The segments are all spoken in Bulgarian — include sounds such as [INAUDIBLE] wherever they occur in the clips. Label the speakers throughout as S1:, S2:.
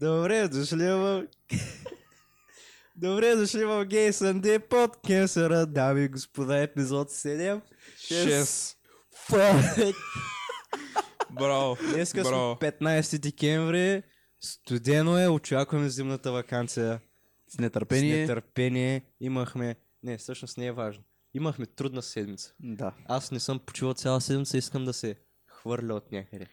S1: Добре дошли в... Добре дошли в Gay Sunday Podcast, дами и господа, епизод 7.
S2: Шест.
S1: Fuck!
S2: Браво.
S1: Днеска сме
S2: браво.
S1: 15 декември, студено е, очакваме зимната вакансия.
S2: С
S1: С
S2: нетърпение.
S1: нетърпение имахме... Не, всъщност не е важно. Имахме трудна седмица.
S2: Да.
S1: Аз не съм почивал цяла седмица, искам да се хвърля от някъде.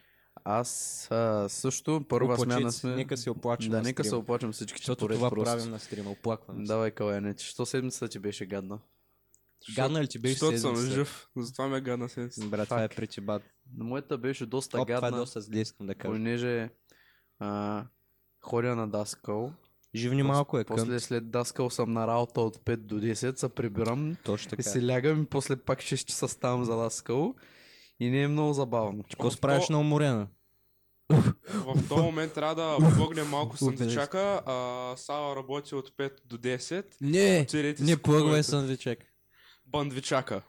S2: Аз а, също първа
S1: Оплачете
S2: смяна
S1: се,
S2: сме...
S1: нека се оплачем
S2: Да,
S1: на
S2: нека се
S1: стрима.
S2: оплачем всички.
S1: Защото това правим на стрима, оплакваме. Да.
S2: Давай, Калайне, че що седмицата ти беше гадна?
S1: Гадна ли ти беше
S3: Защото съм
S1: седмица?
S3: жив, затова ме е гадна седмица.
S1: Брат, това е
S2: Fuck.
S1: причебат.
S2: На моята беше доста
S1: Оп, това
S2: гадна,
S1: е доста зле, искам да кажа.
S2: понеже а, ходя на Даскал.
S1: Живни малко е към.
S2: После след Даскал съм на работа от 5 до 10, се прибирам
S1: Точно
S2: и
S1: така. е.
S2: се лягам и после пак 6 часа ставам за Даскал. И не е много забавно.
S1: Какво справиш на уморена?
S3: В този момент трябва да плъгнем малко
S1: Убежище.
S3: сандвичака. А, Сава работи от 5 до 10.
S1: Не,
S3: Отидете
S1: Е, не
S3: си
S1: плъгвай
S3: купувайте.
S1: сандвичак.
S3: Бандвичака.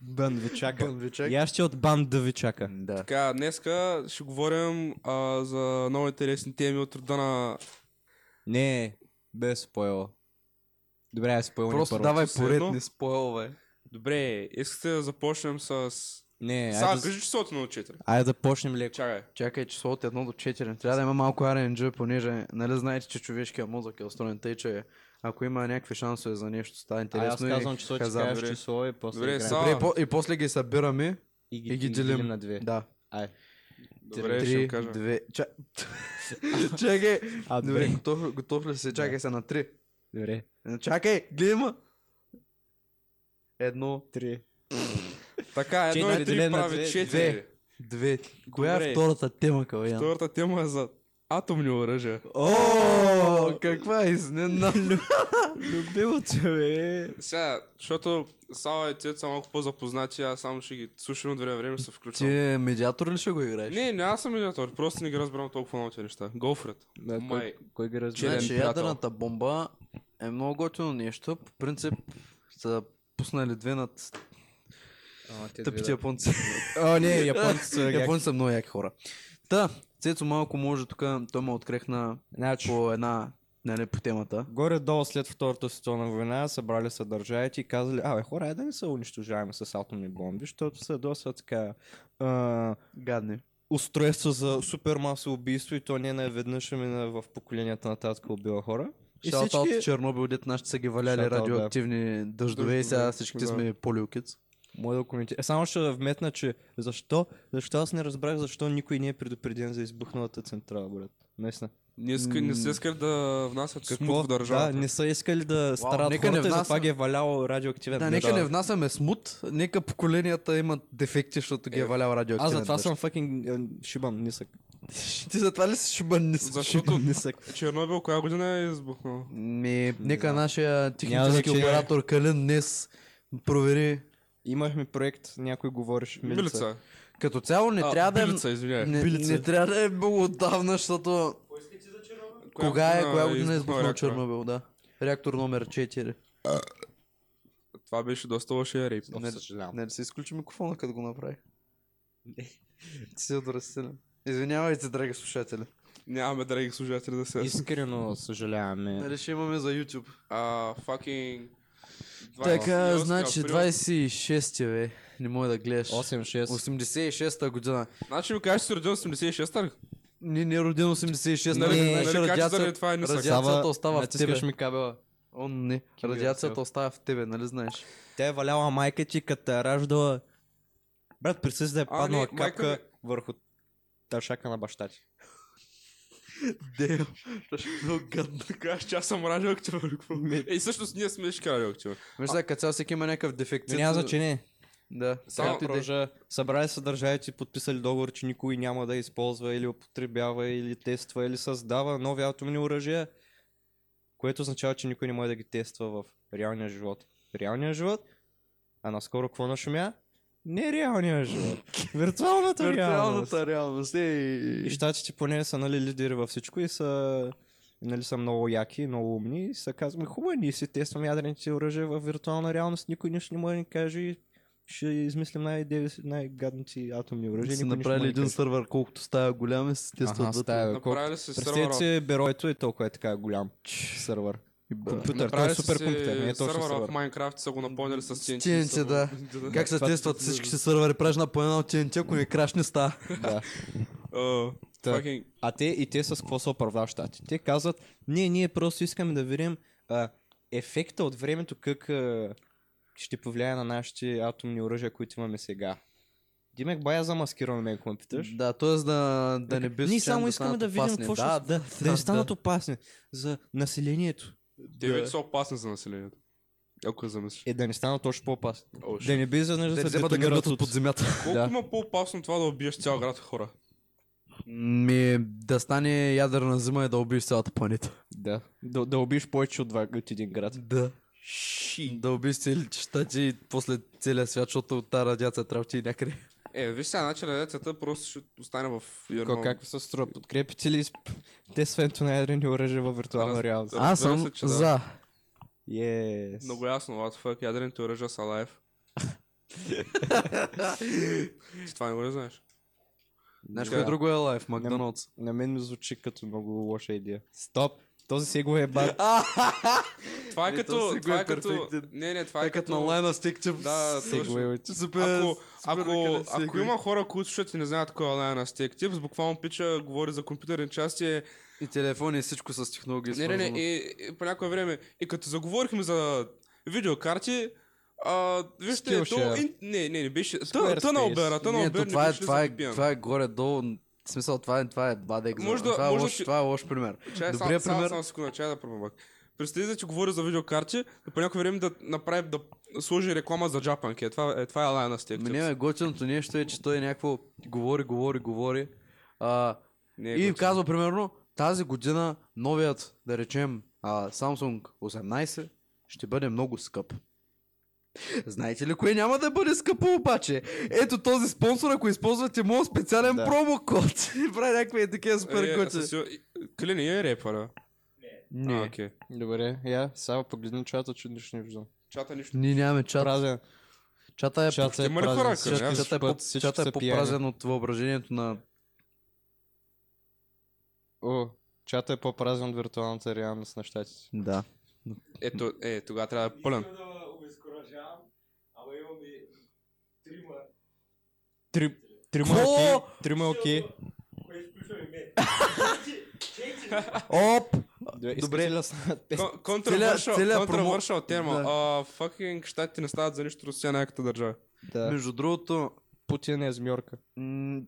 S1: Бандвичака.
S2: Бандвичак.
S1: И аз ще от бандавичака.
S2: Да.
S3: Така, днеска ще говорим а, за много интересни теми от рода на...
S1: Не, без спойло. Добре, аз спойло
S2: Просто
S1: първо.
S2: давай
S3: все едно.
S2: поредни спойлове.
S3: Добре, искате да започнем с...
S1: Не, Е,
S3: Сега,
S1: айде, да-
S3: кажи числото на учителя.
S1: айде да почнем леко.
S3: Чакай.
S2: Чакай число от 1 до 4. Трябва да има малко RNG, понеже нали знаете, че човешкият мозък е устроен тъй, че ако има някакви шансове за нещо, става
S1: А аз
S2: интересно.
S1: казвам
S2: и
S1: число, ти
S2: казвам,
S1: казваш
S3: добре.
S1: число и после
S3: Добре,
S1: играем.
S3: са-
S2: Добре, по- и после ги събираме
S1: и ги,
S2: и ги делим.
S1: на две.
S2: Да.
S1: Ай.
S3: Добре, ще
S2: Три,
S3: ви кажа.
S2: две... Ча... Чакай.
S1: А,
S2: Добре, готов, готов ли си? Чакай се на три.
S1: Добре.
S2: Чакай, гледай ма. Едно,
S1: Три.
S3: Така, едно
S1: Четири
S3: и три
S1: делено на две,
S3: прави четири.
S2: две. Коя е
S3: Добре.
S2: втората тема, Калуян?
S3: Втората тема е за атомни оръжия.
S2: О, каква изненада.
S1: Любимо те, бе.
S3: Сега, защото Сава и Цет са малко по-запознати, аз само ще ги слушам от време на време ще се
S2: Ти
S3: включвам.
S2: е медиатор ли ще го играеш?
S3: Не, не аз съм медиатор, просто не ги разбирам толкова много тези неща. Go for it.
S1: Да, кой-
S3: Май.
S1: Кой ги разбира?
S3: Челен
S2: Значи
S3: приятел.
S2: ядрената бомба е много готино нещо. По принцип са пуснали две над
S1: Ама те
S2: тъпите
S1: две,
S2: японци.
S1: да. Значи, О, не, японците са японци.
S2: японци са много яки хора. Та, Цецо малко може тук, той ме открехна
S1: Значи,
S2: по една, нали, по темата.
S1: Горе-долу след Втората световна война събрали се държавите и казали, абе хора, е да не се унищожаваме с атомни бомби, защото са доста така а,
S2: Гадни.
S1: устройство за супермасово убийство и то не наведнъж, ами на- в поколенията нататък убива хора. И
S2: Шалта
S1: всички...
S2: от Чернобил, дет нашите са ги валяли
S1: Shout out, да.
S2: радиоактивни дъждове и сега
S3: Дъждове,
S2: всички
S3: да.
S2: сме полиокиц.
S1: Мой документ. Е, само ще вметна, че защо? Защо аз не разбрах защо никой не е предупреден за избухналата централа, брат. Наистина.
S3: Не, иска, не се искат да внасят смут в
S1: Да,
S3: държавата.
S1: не са искали да страдат
S2: нека не
S1: хората и затова
S2: внасям.
S1: ги е валял радиоактивен.
S2: Да,
S1: дъжд.
S2: нека не внасяме смут, нека поколенията имат дефекти, защото ги е
S3: Е,
S2: валял радиоактивен
S1: Аз затова
S2: дъжд.
S1: съм факинг шибан нисък.
S2: [LAUGHS] Ти затова ли си шибан не си?
S1: [LAUGHS]
S3: Защото
S1: Нисък.
S3: Чернобил коя година е избухнал?
S2: Ми, нека нашия технически
S1: значение.
S2: оператор Калин днес провери.
S1: Имахме проект, някой говориш милица.
S3: Милица.
S2: Като цяло не
S3: А,
S2: трябва да е...
S3: Билица, извинявай.
S2: Не,
S1: Билица.
S2: не трябва да е много отдавна, защото...
S3: Коя
S2: кога е, коя
S3: избухнал
S2: година е избухнал
S3: реактора?
S2: Чернобил, да. Реактор номер 4.
S3: Това беше доста лошия рейп.
S1: Не, съжалявам.
S2: Не, да се изключи микрофона, като го направи. [LAUGHS] Ти си отрастилен. Извинявайте, драги слушатели.
S3: Нямаме драги служатели да се...
S1: Искрено съжаляваме.
S2: Нали ще имаме за YouTube.
S3: А, fucking... 28
S2: Така,
S3: април.
S2: значи 26 бе. Не мога да гледаш.
S1: 8-6.
S2: 86-та година.
S3: Значи ми кажеш, че си родил 86-та ли?
S2: Не, не е роден 86,
S3: Нали-
S2: нали,
S1: нали
S2: знаеш,
S3: как че
S2: радиацията,
S3: заради това е нисък?
S2: радиацията остава в тебе.
S1: ми кабела.
S2: О, не,
S1: Ким Йон
S2: радиацията
S1: Сел.
S2: остава в тебе, нали [LAUGHS] знаеш?
S1: Тя е валяла майка ти, като е раждала... Брат, присъс да е
S3: А,
S1: паднала
S3: не, майка
S1: капка върху ташака на баща ти.
S2: Дем, е много
S3: [LAUGHS]
S2: гадно.
S3: Кажеш, че аз съм радиоактивен. или какво? Е, всъщност ние сме всички радиоактивен.
S2: Виж сега, като цял всеки има някакъв дефект.
S1: Ами Няма значение.
S2: Да,
S3: Само
S2: както и да е.
S1: Продължа. Събрали са държавите, подписали договор, че никой няма да използва или употребява или тества или създава нови атомни оръжия, което означава, че никой не може да ги тества в реалния живот. Реалния живот, а наскоро какво нашумя? Не реалния живот. Виртуалната реалност.
S2: Виртуалната реалност.
S1: И
S2: Ей.
S1: щатите поне са нали, лидери във всичко и са, нали, са много яки, много умни е, и са казваме, хубаво, ние си тестваме ядрените оръжия в виртуална реалност, никой нищо не може да ни каже и ще измислим най- най-гадните атомни оръжия.
S2: Те са
S1: никой нищо
S2: направили
S1: няма да
S2: един
S1: каже.
S2: сървър, колкото става голям и се
S1: Аха,
S2: тестват вътре.
S1: става, колко-
S3: Направили се сървъра.
S1: Представете си бюрото и толкова е така голям сървър.
S2: И ба.
S1: Компютър, той е
S3: Направили
S1: супер
S3: си
S1: компютър, не е точно
S3: сървъра в
S1: сървър.
S3: Майнкрафт и са го напълнили с TNT.
S2: TNT,
S3: са го- [LAUGHS]
S2: да. Как се
S1: Това-
S2: тестват всичките сървъри? Правиш на по една от TNT, ако не краш не става.
S1: Да.
S3: А,
S1: Та.
S3: fucking-
S1: А те и те с какво се оправдават щати? Те казват, не, ние просто искаме да видим а, ефекта от времето как а, ще повлияе на нашите атомни оръжия, които имаме сега. Димек бая замаскиран мен компютър.
S2: Да, т.е. да, да не би
S1: Ние
S2: случайно
S1: само
S2: да
S1: искаме
S2: станат
S1: да видим
S2: опасни.
S1: какво ще
S2: да, да,
S1: Да не станат опасни за населението.
S3: Те вече са опасни за населението. Ако я замислиш.
S1: Е, да не станат още по-опасни.
S3: О, ще-
S1: Да не би изведнъж
S2: Да
S1: да
S2: не
S1: се
S2: вземат да
S1: детонират
S2: гърнат от
S1: от... [LAUGHS]
S2: подземята.
S3: Колко
S1: да.
S3: има по-опасно това да убиеш цял град хора?
S1: Ами,
S2: Ми, да стане ядерна зима и да убиеш цялата планета.
S1: Да. да. Да убиеш повече от, два, от един град.
S2: Да. Ши. Да убиеш целите щати и значи после целия свят, защото от тази радиация трябва да ти някъде.
S3: Е, виж сега, значи радиацията просто ще остане в
S1: Ко,
S3: Ермол.
S1: как се струва? Подкрепите ли изп- тестването на ядрени оръжия във виртуална
S3: Раз-
S1: реалност?
S3: Разбира
S2: Аз съм
S3: се, че да.
S2: за.
S1: Yes.
S3: Много ясно, what the fuck, ядрените оръжия са [LAUGHS] лайф. Ти това не го ли знаеш?
S2: Знаеш
S3: Да.
S2: кое друго е лайф? Макдоналдс.
S1: На мен ми звучи като много лоша идея. Стоп! Този си го е бак.
S3: Това е
S2: Не,
S3: като...
S2: то сега
S3: Това
S2: е
S3: е като...
S2: перфектен.
S3: Не, не, това
S2: Това
S3: е като...
S2: на лайна стик, че...
S3: Да,
S1: Си го е от-
S2: Супер.
S3: Ако, ако,
S2: супер
S3: ако
S2: ръка
S3: има хора, които слушат и не знаят кой е Lion Aztec Tips, буквално пича говори за компютърни части. е,
S2: И телефони, и всичко с технологии.
S3: Не, не, не,
S2: свързано.
S3: и, и по някое време. И като заговорихме за видеокарти, а, вижте, то,
S1: Skillshare.
S3: ин, не, не, не беше.
S1: Squarespace.
S3: Тъна обера, тъна
S2: Не,
S3: обера,
S2: то
S3: не
S2: това е,
S3: беше ли
S2: това е,
S3: забиен?
S2: това е горе-долу. В смисъл, това е, това е бад екзамен.
S3: Може да-
S2: Това, е
S3: може да
S2: лош,
S3: ти-
S2: това е лош пример.
S3: Чай,
S2: Добрия
S3: Добрия само,
S2: пример-
S3: пример... Само, секунда, чай да пробвам. Представи си, че говори за видеокарти, да по някое време да направи, да сложи реклама за джапанки. Е, Това, е, това е Lion Aztec
S2: Ме Ами не,
S3: Tips.
S2: бе, готиното нещо е, че той някакво говори, говори, говори. А,
S3: Не, е
S2: и
S3: готино.
S2: казва, примерно, тази година новият, да речем, а, Samsung 18 ще бъде много скъп. Знаете ли кое няма да бъде скъпо обаче? Ето този спонсор, ако използвате моят специален
S1: Да.
S2: промокод и [LAUGHS] прави някакви такива супер
S3: Е,
S2: готи.
S3: със сигур- Кали не е репъра?
S2: Не.
S3: А, окей.
S1: Добре, я, сега погледни чата, че нищо не виждам.
S3: Чата нищо.
S2: Ние нямаме чат.
S1: Празен.
S2: Чата е,
S1: Чата е
S3: Има ли
S1: празен.
S3: хора,
S1: Всички
S2: чат,
S3: къде?
S1: чат
S2: чата е, по,
S1: път, всички
S2: чата е
S1: са пияни.
S2: по-празен от въображението на...
S1: О, чата е по-празен от виртуалната реалност на щатите.
S2: Да.
S3: Ето, е, тогава трябва да е пълен.
S4: да обезкуражавам, ама имаме трима,
S1: Три, трима
S2: Ко?
S1: е окей, трима е окей.
S4: които включваме мен.
S2: Оп!
S1: Добре,
S2: Добре.
S1: искате ли да станат песни?
S3: Кон- Контравършал
S2: целия промо-
S3: контравършал тема.
S2: Да.
S3: А, Факинг щатите не стават за нищо Русия е най-яката държава.
S1: Да.
S2: Между другото...
S1: Путин е змьорка.
S2: м,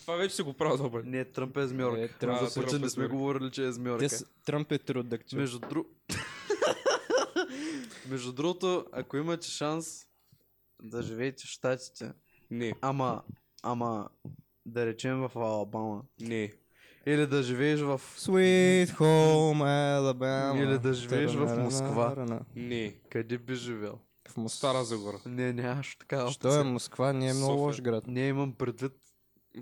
S3: Това вече си го правил добре.
S2: Не, Тръмп е змьорка.
S1: Е, Тръмп
S3: е
S2: За Путин
S3: Тръмп
S2: не
S3: е
S2: сме
S3: змьорка.
S2: говорили, че е змьорка.
S1: Те с... Тръмп е трудъкчил.
S2: Между друг... [LAUGHS] Между другото, ако имате шанс да живеете в Штатите,
S3: Не,
S2: ама, ама да речем в Алабама,
S3: не.
S2: или да живееш в...
S1: Sweet Home Alabama.
S2: Или да живееш в Москва.
S3: Не.
S2: Къде би живял?
S1: В Москва.
S3: Стара Загора.
S2: Не, нямаш такава
S1: Що е Москва? Не е много
S3: София.
S1: лош град.
S2: Не, имам предвид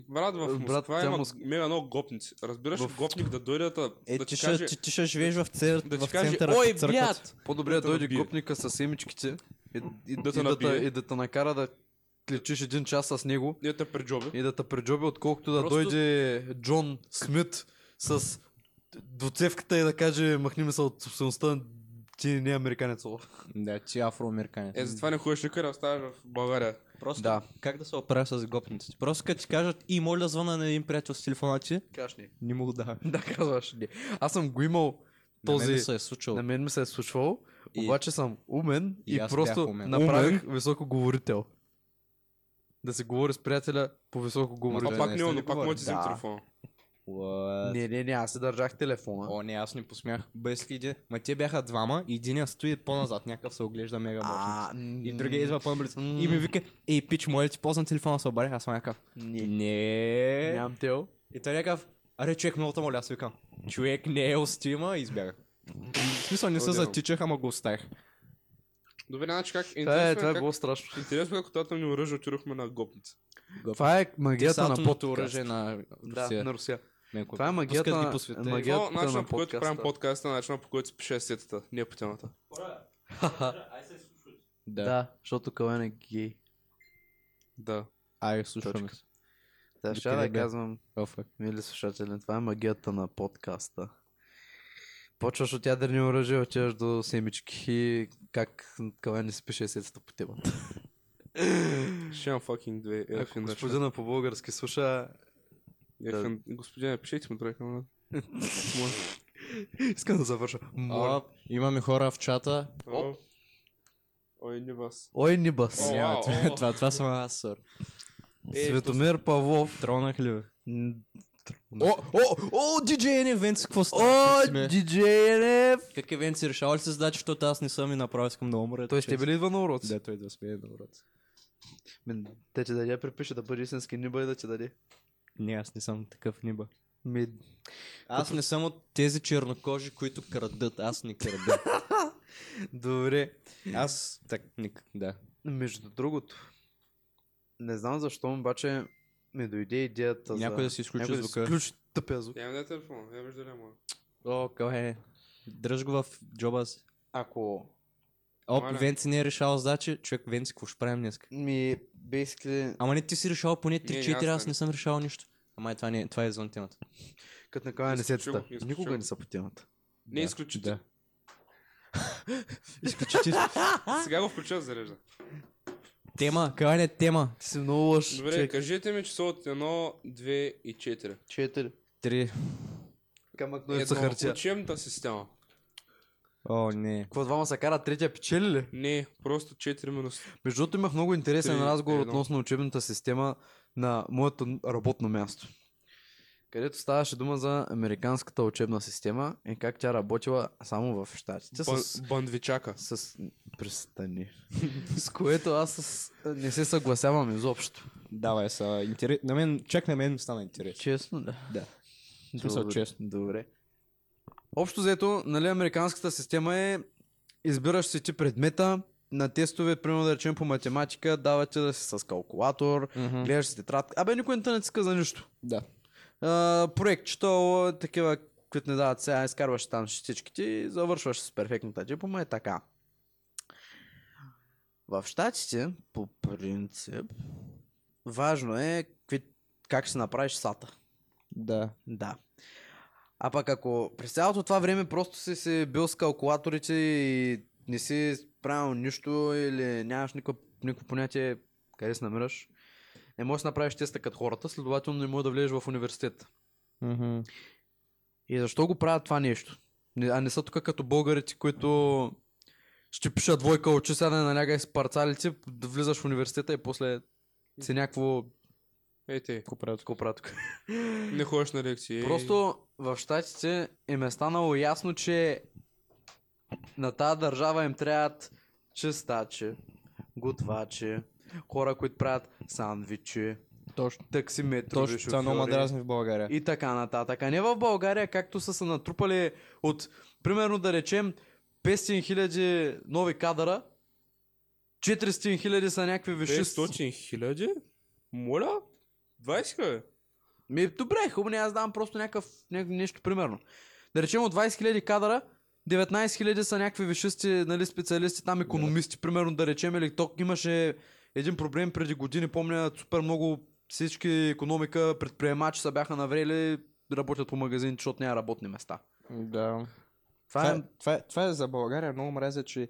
S3: Брат, в
S2: Брат,
S3: Москва
S2: тя
S3: има
S2: Моск-
S3: мега много гопници. Разбираш,
S2: В-
S3: гопник да дойде да,
S1: Е,
S3: да
S1: ти,
S3: ти
S1: ще,
S3: каже...
S1: ти, ти ще живееш в, цер...
S3: да
S1: в
S3: ти каже,
S1: центъра
S3: «Ой,
S1: на църквата.
S2: По-добре
S3: Да
S2: да
S3: те
S2: дойде
S3: набие.
S2: гопника с семичките и, и, да,
S3: Да те
S2: и, да, та,
S3: набие.
S2: и да те накара да лечиш един час с него
S3: Ние те преджоби.
S2: и да те преджоби, отколкото да
S3: Просто-
S2: дойде Джон Смит с доцевката и да каже махни ми се от собствеността, ти не е американец. о».
S1: Да, ти афроамериканец.
S3: Е, затова не ходиш никъде, оставаш в България.
S1: Просто
S2: Да.
S1: как да се оправя с гопниците? Просто като ти кажат и моля да звъна на един приятел с телефона ти,
S2: Кажеш не.
S1: не му го даваш.
S2: [LAUGHS] Да, казваш не. Аз съм го имал
S1: На мен
S2: този...
S1: се е случило.
S2: На мен ми се е случвало,
S1: И-
S2: обаче съм умен
S1: и
S2: и,
S1: аз
S2: просто
S1: бях умен.
S2: направих високоговорител. Да се говори с приятеля по високоговорител.
S1: да,
S3: А пак
S1: не
S3: не,
S1: сте
S3: но
S1: ли
S3: пак
S1: говорили?
S3: му ти взим
S2: Да.
S3: телефона.
S1: What?
S2: Не, не, не, аз се държах телефона.
S1: О, не, аз не посмях. Без иде. Ма те бяха двама, и единия стои по-назад, някакъв се оглежда мега мощно. И другия идва по-близо.
S2: м.
S1: И ми вика, ей, пич, моля ти, ползвам телефона, се обадих, аз съм някакъв.
S2: Не,
S1: Не.
S2: нямам тел.
S1: И той някакъв, аре човек, много те моля, аз викам. Човек не е устима и избягах. В смисъл не се
S3: Отделно.
S1: затичах, ама го оставих.
S3: Добре, значи как...
S2: Това е, това е
S3: Интересно е
S2: било страшно.
S3: как... Интересно е как от ни оръжие отидохме на гопница.
S2: Това е магията на
S1: Десатното
S2: подкаст.
S1: оръжие на
S2: Да,
S1: Русия.
S2: на Русия.
S1: Менко.
S2: Това е магията
S1: Пускат ги
S2: на-
S1: по света.
S2: магия-
S3: Това е
S2: Геотката на
S3: начинът, по който
S2: подкаста.
S3: правим подкаста, е начинът, по който се пише сетата, не е по темата.
S4: Хора, ай се слушайте.
S1: Да.
S2: Да, защото Кален е гей.
S3: Да.
S1: Ай, слушаме.
S2: Точка. Та ще
S1: Докъде
S2: да
S1: бе?
S2: казвам,
S1: Оф, е.
S2: мили слушатели, това е магията на подкаста. Почваш от ядрени оръжия, отиваш до семички и как къде не спише сецата по темата.
S3: Ще имам fucking две
S2: Ако
S3: елфин дъча.
S2: господина по-български слуша,
S3: Елфин... Господине, пишете му драйка
S2: [LAUGHS]
S3: на...
S2: искам да завърша. Моля.
S1: А, имаме хора в чата.
S3: О. Ой, не вас.
S2: Ой, Нибас.
S3: О,
S1: Извинявай,
S3: вау,
S1: това- [LAUGHS]
S3: о.
S1: Това, това съм аз, сър.
S3: Е,
S2: Светомир Павлов.
S1: Тронах ли? бе?
S2: М,
S1: О, о, о, диджей Невенци, какво
S2: О,
S1: става? О,
S2: диджей Лев!
S1: Как Евент си решава ли се задача, защото аз не съм и направо искам да умра.
S2: Той ще
S1: честно.
S2: били идва на уроци.
S1: Да, той да спее на врата.
S2: Мен, Те ти даде, припише да бъде истински ниба и да ти даде.
S1: Не, аз не съм такъв ниба.
S2: Ми,
S1: Аз не съм от тези чернокожи, които крадат. Аз не крада.
S2: добре.
S1: [LAUGHS] аз так, ник, да.
S2: Между другото, не знам защо, обаче ми дойде идеята за...
S1: Някой да си изключи
S2: някой да си
S1: звука.
S2: Включи тъпия звук.
S3: Я ми Е, ами дай телефон, я вижда ли моя.
S1: О, кое? Дръж го в джоба си.
S2: Ако
S1: Оп,
S3: Моля.
S1: Венци не е решал задача. Човек, Венци, какво ще правим днес?
S2: ми, basically,
S1: Ама не ти си решал поне
S3: не,
S1: 3-4,
S3: аз
S1: аз
S3: не.
S1: не съм решал нищо. Ама е, това, не, е- това е извън темата.
S2: като накрая не се
S3: Изключи го, изключи
S2: Никога
S3: го.
S2: не са по темата.
S3: Не изключите.
S1: Да. Изключи
S3: Сега го включа зарежда.
S1: тема, каква е тема?
S2: Ти си много лъж.
S3: Добре,
S2: човек.
S3: кажете ми число от 1, 2 и
S2: Е,
S3: 4.
S2: Четири.
S1: Три.
S2: Камък
S3: Ето,
S2: ножица хартия.
S3: учебната система.
S1: О, не.
S2: Какво двама са кара третия печели ли?
S3: Не, просто 4 минус.
S2: Между другото имах много интересен
S3: Три,
S2: разговор
S3: едно.
S2: относно учебната система на моето работно място. Където ставаше дума за американската учебна система и как тя работила само в щатите.
S3: Бан,
S2: С,
S3: бандвичака.
S2: с... Престани. с което аз с... не се съгласявам изобщо.
S1: Давай, са интерес. На мен, чак на мен ми стана интерес.
S2: Честно да.
S1: Да. В смисъл,
S2: Добре,
S1: честно.
S2: Добре. Общо взето, нали, американската система е избираш си ти предмета на тестове, примерно да речем по математика, давате да си с калкулатор,
S1: Мгм.
S2: гледаш си тетрадка. Абе, никой не те не цика за нищо.
S1: Да.
S2: А, проектчета, о, такива, които не дават сега, изкарваш там шестичките и завършваш с перфектната диплома и така. В щатите, по принцип, важно е какви- как ще направиш сата.
S1: Да.
S2: Да. А пък ако през цялото това време просто си си бил с калкулаторите и не си правил нищо или нямаш никакво, никакво понятие къде се намираш, не можеш да направиш теста като хората, следователно не можеш да влезеш в университет.
S1: Мгм.
S2: И защо го правят това нещо? Не- А не са тук като българите, които ще пишат двойка очи, сега да не налягай с парцалите, да влизаш в университета и после си някакво...
S3: Ей, те.
S1: Какво правят?
S2: Какво правят тук?
S3: Не ходиш на
S1: Е.
S3: лекции.
S2: Просто в щатите им е станало ясно, че на тази държава им трябват чистачи, готвачи, хора, които правят сандвичи,
S1: Точно.
S2: таксиметрови
S1: Точно това много е. ме
S2: шофьори
S1: дразни в България.
S2: и така нататък. А не в България, както са се натрупали от, примерно да речем, 500 хиляди нови кадъра, 400 хиляди са някакви вишисти.
S3: 600 хиляди? Моля? 20 хиляди?
S2: Ми, добре, хубаво, не, аз давам просто някакъв, ня- нещо примерно. Да речем от 20 000 кадъра, 19 000 са някакви вишисти, нали, специалисти, там економисти, примерно да речем, или ток имаше един проблем преди години, помня супер много всички економика, предприемачи са бяха наврели, работят по магазините, защото няма работни места.
S1: Да.
S2: Това е...
S1: това, е, това е за България много мразя, че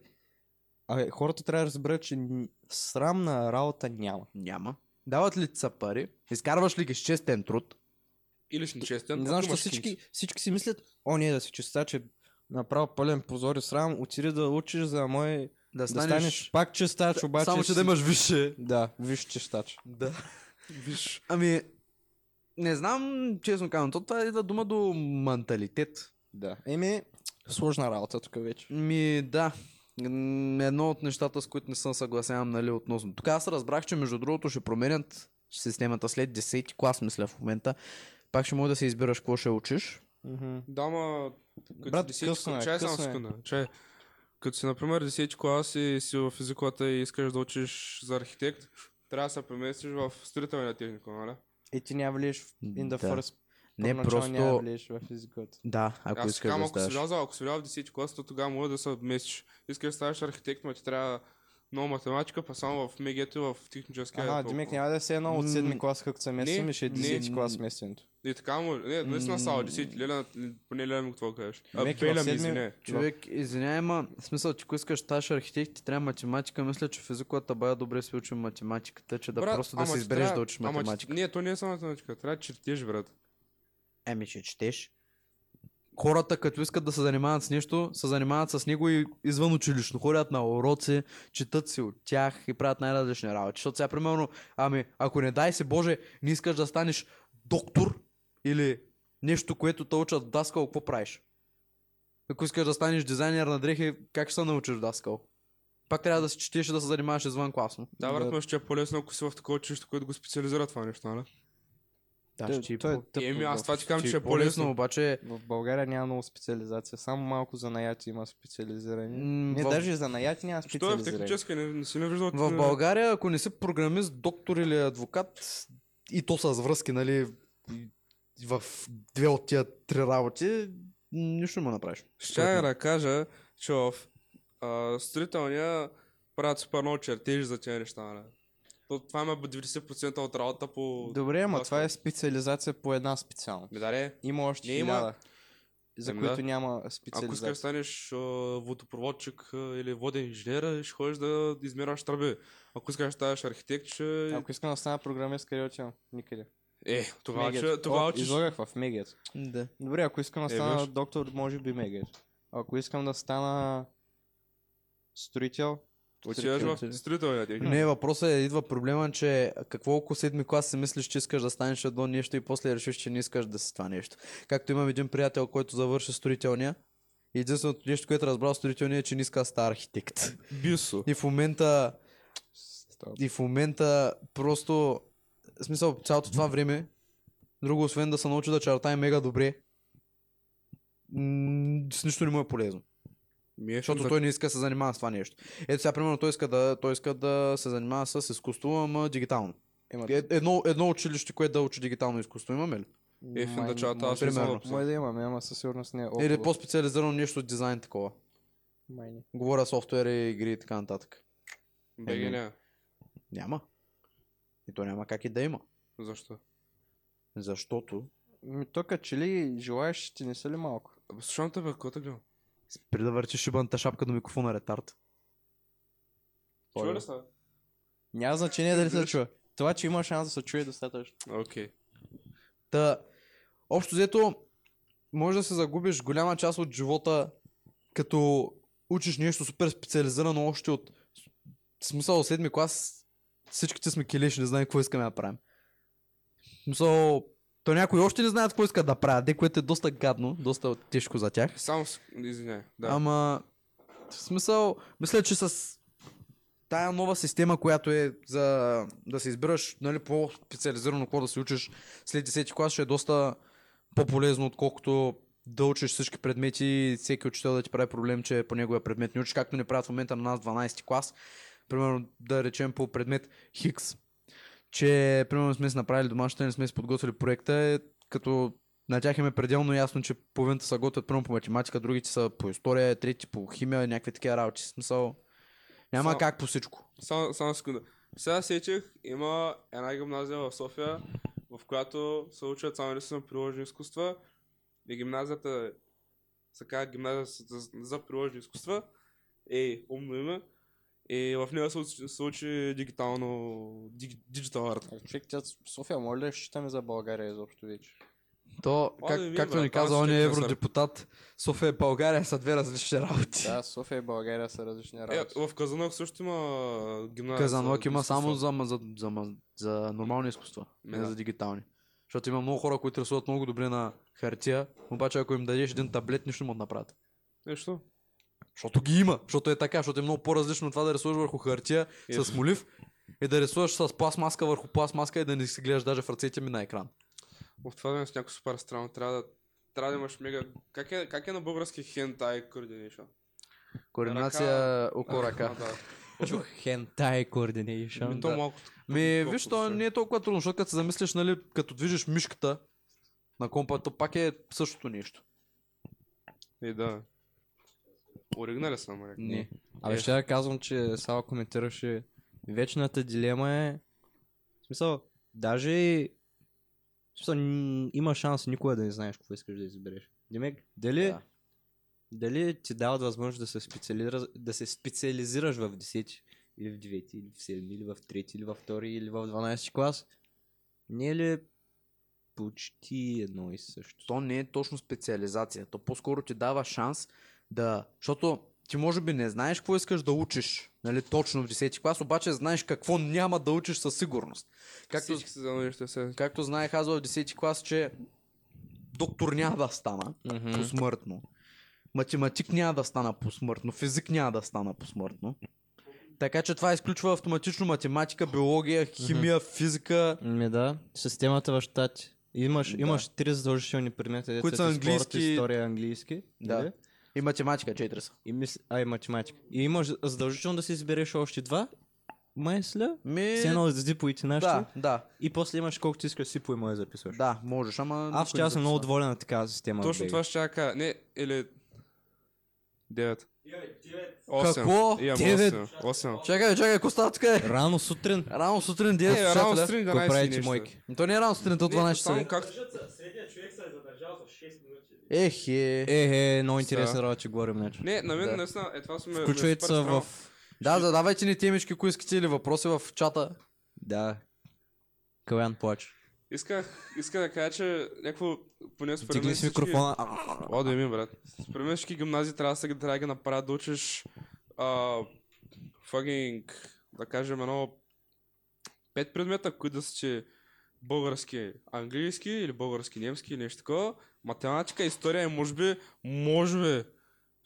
S1: а, хората трябва да разберат, че н- срамна работа няма.
S2: Няма. Дават ли ти са пари? Изкарваш ли ги с честен труд?
S3: Или ще честен?
S1: Не знам, защо всички, всички си мислят, о, не, да си чиста, че направо пълен позор и срам, отиди да учиш за мой...
S2: Да
S1: Да
S2: станеш...
S1: станеш, пак чистач, обаче...
S2: Само, че
S1: си-
S2: да имаш висше.
S1: Да, виж чистач.
S2: Да. Виж. Ами, не знам, честно казвам, то това идва дума до менталитет.
S1: Да. Еми, сложна работа тук вече.
S2: Ми, да. М, Едно от нещата, с които не съм съгласявам, нали, относно. Тук аз разбрах, че между другото ще променят системата след 10 клас, мисля в момента. Пак ще може да се избираш какво ще учиш.
S3: Дама... Като
S1: Брат,
S3: Брат, десети,
S1: късно е,
S3: клас- чай само
S1: късно е.
S3: секунда. Чай. Като си, например, 10 клас и си в физиката и искаш да учиш за архитект, трябва да се преместиш в строителния техникум, нали?
S1: И ти няма влезеш в in
S2: Да.
S1: the first...
S2: Не
S1: първоначално Няма
S2: просто...
S1: влезеш в физиката.
S2: Да, ако
S3: Аз
S2: искаш
S3: казвам,
S2: да
S3: ако си
S2: ставаш.
S3: влязал, ако си влязал в 10 клас, то тогава може да се местиш. Искаш да ставаш архитект, но ти трябва много математика, па само в МГ-то и в техническия.
S1: Ага,
S3: е толкова.
S1: Димек, няма да се едно от седми
S2: М,
S1: клас, както се
S3: не,
S1: местим, и ще е
S3: не.
S1: 10 клас местенето.
S3: И така му, не, наистина
S2: М.
S3: става 10 леля, поне леля ми какво кажеш. А,
S1: Меки в
S3: пеля ми,
S1: седми-
S3: извине.
S2: Човек, извинявай, ма, в смисъл, че ако искаш таш архитект, ти трябва математика. Мисля, че физиковата бая добре си учи математиката, че да
S3: Брат,
S2: просто да
S3: ама
S2: се
S3: ти
S2: избереш
S3: трябва-
S2: да учиш
S3: ама ти-
S2: математика.
S3: Не, то не е само математика, трябва да чертеж, брат.
S2: Еми, че четеш. Хората, като искат да се занимават с нещо, се занимават с него и извън училищно. Ходят на уроци, четат си от тях и правят най-различни работи. Защото сега, примерно, ами, ако не дай се Боже, не искаш да станеш доктор или нещо, което те учат в Даскал, какво правиш? Ако искаш да станеш дизайнер на дрехи, как ще се научиш в Даскал? Пак трябва да се четеш и да се занимаваш извън класно.
S3: Да, брат, но ще е по-лесно, ако си в такова училище, което го специализира това нещо, нали?
S2: Да,
S1: Той-
S2: ще ти
S1: той е
S2: по-
S1: тъпо
S3: Еми, аз
S1: в-
S3: това ти казвам,
S2: ще
S3: че е
S2: по-лесно,
S3: по-лесно.
S2: обаче
S1: В България няма много специализация. Само малко занаяти има специализирани.
S2: м,
S1: Не,
S2: в-
S1: даже занаяти няма
S3: Що е в
S1: специализирани.
S3: техническа, не, не си не виждал.
S2: В
S3: че-
S2: България, ако не си програмист, доктор или адвокат, и то с връзки, нали, и- в две от тия три работи, нищо не му направиш.
S3: Ще да кажа, че в а, строителния правят супер много чертежи за тези неща, нали? То, това има 90% от работа по...
S1: Добре, ама
S3: Доста.
S1: това е специализация по една специалност.
S3: Ме даре,
S1: Има още
S3: нали? Не, има-
S1: хиляда, за
S3: Ами
S1: които
S3: да.
S1: няма
S3: ако искаш да
S1: специализация.
S3: станеш а, водопроводчик а, или воден инженер, ще ходиш да измерваш тръби. Ако искаш да станеш архитект, ще...
S1: Ако искам да стана програмист, къде отивам? Никъде.
S3: Е, тогава
S1: Мегет.
S3: ще... Тогава
S1: О,
S3: учиш...
S1: Излагах в Мегет.
S2: Да.
S1: Добре, ако искам да
S3: Е,
S1: стана
S3: виж.
S1: доктор, може би Мегет. Ако искам да стана строител,
S3: Отиваш в
S1: строител.
S3: строителния ден.
S2: Не, въпросът е, идва проблема, че какво ако седми клас си мислиш, че искаш да станеш едно нещо и после решиш, че не искаш да си това нещо. Както имам един приятел, който завърши строителния, и единственото нещо, което е разбрал строителния е, че не иска да става архитект.
S3: Бисо.
S2: И в момента И в момента просто, в смисъл, цялото това време, друго освен да се научи да чертае мега добре, м, с нищо не му е полезно.
S3: Ми е,
S2: Защото той не иска да се занимава с това нещо. Ето сега, примерно, той иска да, той иска да се занимава с изкуство, ама дигитално.
S1: Имат-
S2: Е- Едно, едно училище, което да учи дигитално изкуство, имаме ли?
S3: Е, в
S1: Май-
S3: началото
S1: май-
S3: аз не съм
S2: примерно.
S1: Мой
S3: написал.
S1: да имаме, ама със сигурност не е около.
S2: Или по-специализирано нещо от дизайн такова.
S1: Май не.
S2: Говоря софтуер и игри и така нататък.
S3: Беги не.
S2: Няма. И то няма как и да има.
S3: Защо?
S2: Защото
S1: Ми, Ами, то като че ли желаеш, ти не са ли малко?
S3: Абе, Слушам те, бе, какво е те гледам?
S2: спри да върчиш шибаната шапка до микрофона ретард.
S3: Чува ли са?
S1: Няма значение дали се чува. Това, че има шанс да се чуе е достатъчно.
S3: Окей.
S2: Та, общо взето, може да се загубиш голяма част от живота, като учиш нещо супер специализирано още от в смисъл от седми клас, всичките сме келеши, не знаем какво искаме да правим. В Смисъл, то някои още не знаят какво искат да правят, де, което е доста гадно, доста тежко за тях.
S3: Само, с- извиняй. Да.
S2: Ама, в смисъл, мисля, че с тая нова система, която е за да се избираш нали, по-специализирано какво да се учиш след 10 клас, ще е доста по-полезно, отколкото да учиш всички предмети и всеки учител да ти прави проблем, че по неговия предмет не учиш, както не правят в момента на нас 12 клас. Примерно да речем по предмет Хикс, че примерно сме си направили домашната, не сме си подготвили проекта, е, като на тях им е пределно ясно, че половината са готвят първо по математика, другите са по история, трети по химия, и някакви такива работи. В Смисъл, няма
S3: Само-
S2: как по всичко.
S3: Само, само секунда. Сега сетих, има една гимназия в София, в която се учат само единствено приложни изкуства. И гимназията е- се казва гимназия за, за- за приложни изкуства. Е, умно име. И в нея се, учи- се учи дигитално, диг, диджитал арт.
S1: Е, Човек, тя София, може ли да считаме за България изобщо вече?
S2: То,
S3: О,
S2: как,
S3: да видим,
S2: както
S3: брат,
S2: ни
S3: това
S2: каза
S3: си
S2: ония
S3: чек на
S2: евродепутат, София и България са две различни работи.
S1: Да, София и България са различни
S3: Е,
S1: работи.
S3: в Казанок също има гимназия.
S2: Казанлък
S3: за
S2: има само
S3: изкуства.
S2: за, ма- за, за, ма- за нормални изкуства, не
S3: Да.
S2: за дигитални. Защото има много хора, които рисуват много добре на хартия, обаче ако им дадеш един таблет, нищо не му направят.
S3: Нещо.
S2: Защото ги има, защото е така, защото е много по-различно от това да рисуваш върху хартия
S3: Е.
S2: с молив и да рисуваш с пластмаска върху пластмаска и да не си гледаш даже в ръцете ми на екран.
S3: В това време с някакво супер странно. Трябва да, трябва да имаш мега... Как е, как е на български хентай координейшън?
S2: Координация около
S3: А,
S2: ръка.
S3: да.
S2: Чух хентай
S3: Ми
S1: Ами,
S2: координейшън.
S3: то малко
S2: Ми,
S3: Колко
S2: виж, то
S3: ще е?
S2: не е толкова трудно, защото като се замислиш, нали, като движиш мишката на компа, то пак е същото нещо.
S3: Е, да. Оригнали съм, ама не.
S1: Не. Абе, ще да казвам, че Сава коментираше вечната дилема е... В смисъл, даже и... В смисъл, н- има шанс никога да не знаеш какво искаш да избереш. Демек, дали...
S2: Да.
S1: Дали ти дават възможност да се, специализира, да се специализираш в 10 или в 9 или в 7 или в 3 или в 2 или в 12 клас? Не е ли почти едно и също?
S2: То не е точно специализация. То по-скоро ти дава шанс да... Защото ти може би не знаеш какво искаш да учиш, нали, точно в 10 клас, обаче знаеш какво няма да учиш със сигурност.
S3: Както...
S2: Както,
S3: Всички се занудихте се.
S2: както знаех аз в 10 клас, че доктор няма да стана
S1: Мгм.
S2: посмъртно. Математик няма да стана посмъртно, физик няма да стана посмъртно. Така че това изключва автоматично математика, биология, химия, физика,
S1: Ми да, системата в щати. Имаш,
S2: Да.
S1: имаш три задължителни предмета, дето
S2: Които са
S1: е
S2: английски-
S1: спорт, история, английски.
S2: Да.
S1: нали?
S2: и математика, четири са.
S1: И мис... А, и математика. И имаш задължително да си избереш още два. Майсля.
S2: Ми...
S1: Все едно си по нашите.
S2: Да, да,
S1: И после имаш колкото искаш си по има да записваш.
S2: да, можеш, ама...
S1: Аз
S2: никой
S1: ще
S2: не
S1: аз съм много
S2: записва.
S1: доволен на такава система.
S3: Точно
S1: бе.
S3: това ще я кажа. Не, или... 9.
S4: Имаме девет.
S3: 8.
S2: Какво?
S3: Имам
S1: Девет?
S3: 8. 8.
S2: Чакай, чакай, ако става тук е.
S1: Рано сутрин.
S2: Рано сутрин 9
S3: Е,
S2: часа.
S3: рано
S2: да?
S3: сутрин
S1: Какво
S3: 12
S1: правите,
S3: нещо.
S1: мойки?
S2: То не е рано сутринта, от
S3: Не,
S2: 12
S3: само
S2: часа.
S3: Както...
S4: Задържат се- Средният човек се е задържал за 6 минути.
S2: Ех е.
S1: Е, е, много интересна
S3: Да.
S1: работа, че говорим нещо.
S3: Не, на мен
S2: Да.
S3: наистина е това сме...
S1: Включвайте се в...
S2: Да, задавайте ни темички, ако искате или въпроси в чата.
S1: Да. Калян плач.
S3: Исках, иска да кажа, че някакво... Поне според
S1: Дигни
S3: мен
S1: с
S3: всички-
S1: микрофона.
S3: О, да ми, брат. Според мен всички гимназии трябва да се трябва да ги направят да учиш а, fucking, да кажем, едно пет предмета, които да са, че български английски или български немски или нещо такова, математика, история и може би, може би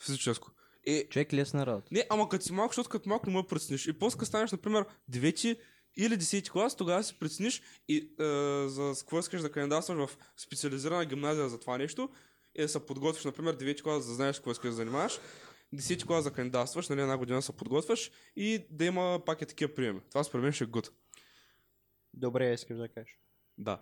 S3: физическо. Е,
S1: Човек лесна работа.
S3: не, ама като си малко, защото като малко не му е прецениш. И после като станеш, например, 9 или 10 клас, тогава си прецениш и е, за какво искаш да кандидатстваш в специализирана гимназия за това нещо. И да се подготвиш, например, 9 клас, да знаеш какво искаш да занимаваш. 10 клас да кандидатстваш, нали, една година се подготвяш и да има пак е такива приеми. Това според мен ще е гуд.
S1: Добре, искаш да кажеш.
S3: Да.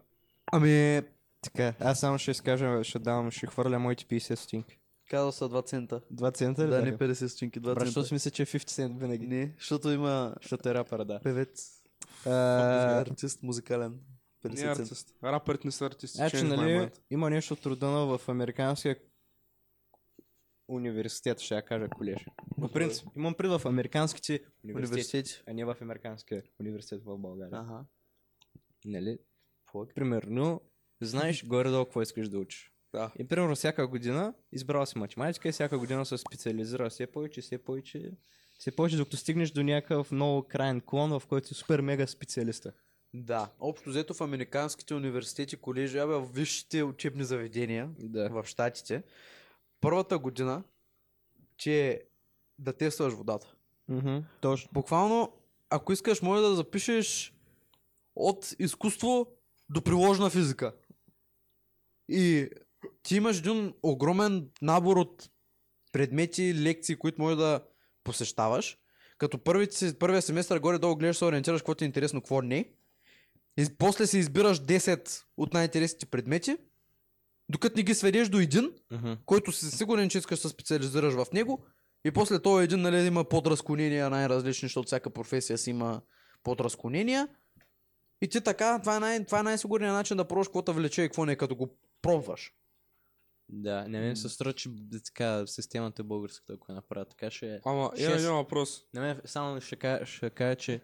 S2: Ами,
S1: Така, аз само ще изкажа, ще давам, ще хвърля моите 50 стотинки.
S2: казал са 2 цента.
S1: 2 цента ли?
S2: Да,
S1: бяха?
S2: не 50 стотинки, 2
S1: Брат,
S2: цента.
S1: защото си мисля, че е 50 цент винаги.
S2: Не, защото има
S1: Защото е рапър, да.
S2: певец,
S1: А,
S2: артист, музикален.
S3: Не е
S2: 50 цента.
S3: артист. Рапърите не са артисти.
S1: Значи,
S3: Change my
S1: нали,
S3: mind.
S1: има нещо от рода на в американския университет, ще я кажа колеж. По принцип, имам пред в американските университети,
S2: Университет.
S1: а не в американския университет в България.
S2: Ага.
S1: Нали? Примерно, [LAUGHS] знаеш горе-долу какво искаш да учиш.
S3: Да.
S1: И примерно всяка година избрал си математика и всяка година се специализира все повече, все повече, все повече, докато стигнеш до някакъв много крайен клон, в който си супер мега специалиста.
S2: Да, общо взето в американските университети, колежи, абе, в висшите учебни заведения,
S1: Да.
S2: в Штатите, първата година ти е да тестваш водата.
S1: Мгм, Точно.
S2: Буквално, ако искаш, може да запишеш от изкуство до приложна физика. И ти имаш един огромен набор от предмети, лекции, които може да посещаваш. Като първият си- първия семестър горе-долу гледаш, се ориентираш какво ти е интересно, какво не. И после си избираш 10 от най-интересните предмети, докато не ги сведеш до един,
S1: Мгм.
S2: който си сигурен, че искаш да се специализираш в него. И после този един, нали, има подразклонения най-различни, защото всяка професия си има подразклонения. И ти така, това е, най- това е най-сигурният начин да пробваш какво те влече и какво не, е, като го пробваш.
S1: Да, не мен се струва, че б- така, системата българската, ако я направят така, ще е...
S3: Ама, има
S1: Шест.
S3: един въпрос.
S1: На мен само ще кажа, ще кажа, че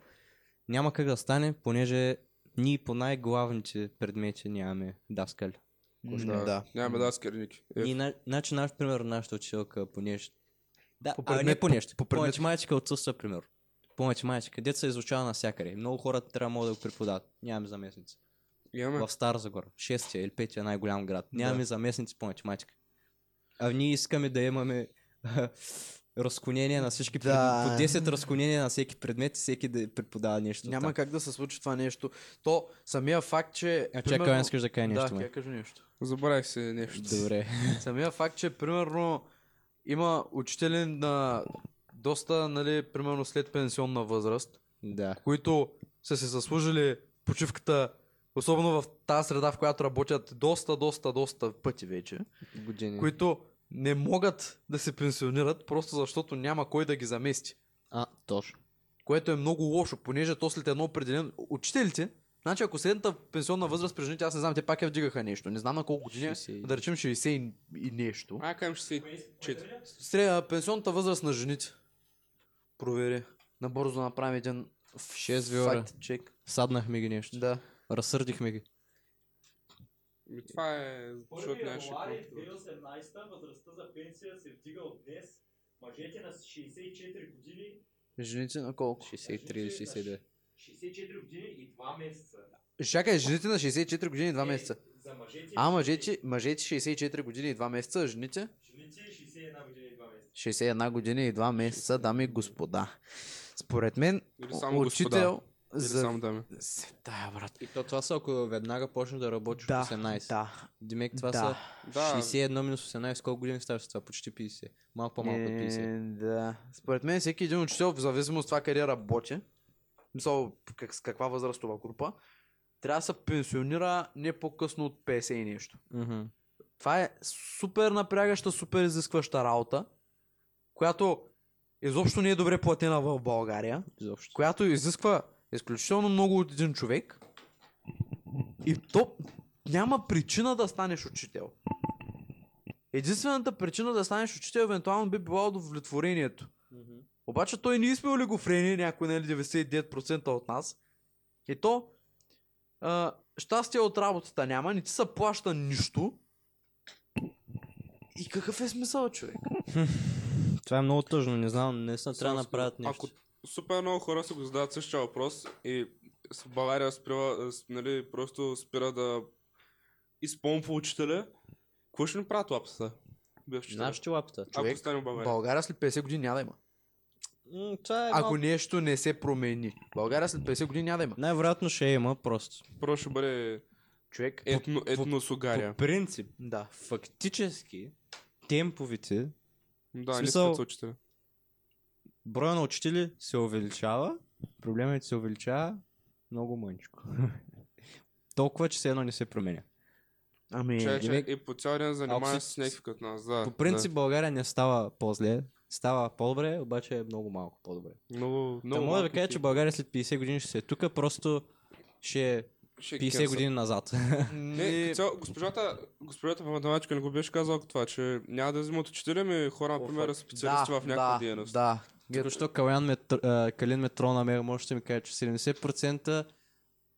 S1: няма как да стане, понеже ние по най-главните предмети нямаме даскали. е?
S2: да. да.
S3: Нямаме да скерники. Е,
S1: И, на, значи, наш, пример, нашата училка, понеже... Да,
S2: По
S1: а, не
S2: предмет-
S1: по нещо.
S2: по
S1: По,
S2: предмет.
S1: математика отсъства, пример. По математика. Деца се изучава навсякъде. Много хора трябва могат да го преподават. Нямаме заместници.
S3: Имаме.
S1: В Стара Загора. Шестия или петия най-голям град. Нямаме заместници по математика. А ние искаме да имаме разклонение на всички
S2: Да.
S1: предмети. По 10 разклонения на всеки предмет и всеки да преподава нещо.
S2: Няма
S1: там.
S2: как да се случи това нещо. То, самия факт, че...
S1: А, Е, чакай, Калян, искаш да кажа нещо,
S2: Да,
S1: май.
S2: тя кажа нещо. [LAUGHS]
S3: Забравих се нещо.
S1: Добре. [LAUGHS]
S2: Самия факт, че примерно има учители на доста, нали, примерно след пенсионна възраст,
S1: да.
S2: които са се заслужили почивката, особено в тази среда, в която работят доста, доста, доста пъти вече,
S1: Години.
S2: които не могат да се пенсионират, просто защото няма кой да ги замести.
S1: А, точно.
S2: Което е много лошо, понеже то след едно определено... Учителите, значи ако средната пенсионна възраст при жените, аз не знам, те пак я вдигаха нещо. Не знам на колко години, е,
S1: 60 и-
S2: да речем 60 и, и нещо.
S3: Ай, към 64.
S2: Среда, пенсионната възраст на жените. Провери. Набързо да направим един
S1: В 6 виора.
S2: факт чек.
S1: Саднахме ги нещо.
S2: Да.
S1: Разсърдихме ги.
S3: Ми, Това е, защото
S4: 1
S3: нямаше
S4: януари
S3: какво.
S4: 2018 възрастта за пенсия се вдига от днес. Мъжете на 64 години,
S2: Жените на колко?
S1: 63 или 62.
S4: 64 години и 2 месеца.
S2: Чакай, жените на 64 години и 2 месеца.
S4: Е, за мъжете.
S2: А, мъжете, мъжете 64 години и 2 месеца, а жените
S4: Жените 61 години и 2 месеца.
S2: 61 години и 2 месеца, дами и господа. Според мен,
S3: Или само
S2: учител
S3: Или
S2: за...
S3: само дами.
S2: Да, брат.
S1: И то това са ако веднага почнеш да работиш
S2: Да,
S1: в 18.
S2: да.
S1: Димек, това
S2: Да.
S1: са
S3: Да.
S1: 61 минус 18, колко години ставаш с това? Почти 50. Малко по-малко от 50.
S2: Е, да. Според мен всеки един учител, в зависимост от това къде работи, мисъл, как, с каква възрастова група, трябва да се пенсионира не по-късно от 50 и нещо.
S1: Мгм.
S2: Това е супер напрягаща, супер изискваща работа, която изобщо не е добре платена в България,
S1: Изобщо.
S2: която изисква изключително много от един човек и то няма причина да станеш учител. Единствената причина да станеш учител евентуално би била удовлетворението. Обаче той не изпил олигофрения, някой нали 99% от нас. И то а, щастие от работата няма, не ти се плаща нищо. И какъв е смисъл, човек?
S1: Това е много тъжно, не знам, не съм трябва да
S3: Само
S1: направят
S3: искам-
S1: нещо.
S3: Ако супер много хора се го задават същия въпрос и с България спира, с- нали, просто спира да изпомпва учителя, какво ще ни правят лапсата? Бивш учител.
S1: Знаеш, че лапата.
S3: Ако
S2: човек,
S3: стане в България.
S2: България след 50 години няма да има.
S1: М, Това е
S2: Ако
S1: малко-
S2: нещо не се промени. България след 50 години няма да има.
S1: Най-вероятно ще има просто.
S3: Първо ще бъде
S2: Човек,
S3: етно, етнос
S1: По
S3: Угария.
S1: принцип,
S2: да.
S1: фактически, темповите,
S3: Да, не
S1: смисъл-
S3: са учителя.
S1: броя на учители се увеличава, проблемът е, че се увеличава много мъничко. [LAUGHS] Толкова, че все едно не се променя.
S2: Ами,
S3: Че, че
S1: човек-
S3: и по цял ден
S1: Ако
S3: занимава
S1: си-
S3: се с някакви като нас. Да,
S1: По принцип България не става по-зле, става по-добре, обаче е много малко по-добре.
S3: да. много,
S1: Но
S3: много
S1: мога да ви
S3: малко
S1: кажа, че България след 50 години ще се е тука, просто ще е
S3: ще
S1: 50
S3: кенсат.
S1: години назад.
S3: Не,
S2: не,
S3: като цяло, госпожата, госпожата по математика не го беше казала това, че няма да взимат учителя ми хора, например, специалисти в някаква
S2: да,
S3: дейност.
S2: да.
S1: [LAUGHS] Току-що Калян ме, тр- а, Калин ме трона, ме може да ми каже, че 70%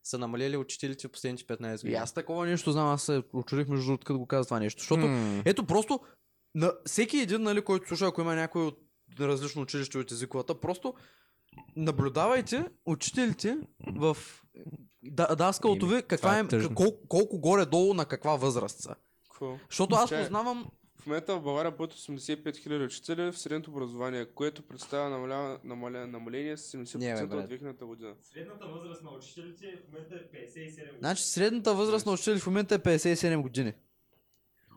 S1: са намалели учителите в последните 15
S2: И
S1: години.
S2: аз такова нещо знам, аз се очудих между другото, като го каза това нещо. Защото
S1: М.
S2: Ето просто на всеки един, нали, който слуша, ако има някой от различно училище от езиковата, просто наблюдавайте учителите в да, даскалото
S1: Еми,
S2: ви, каква
S1: е
S2: е,
S1: тъжно.
S2: колко, колко горе-долу на каква възраст са.
S3: Какво?
S2: Защото аз
S3: Че-
S2: познавам...
S3: В момента в България е бъдат 85 000 учители в средното образование, което представя намаля, намаля, намаление с 70%
S1: Не, бе, брат.
S3: от 2000-та година.
S4: Средната възраст на учителите в момента е 57 години.
S2: Значи средната възраст на учители в момента е 57 години.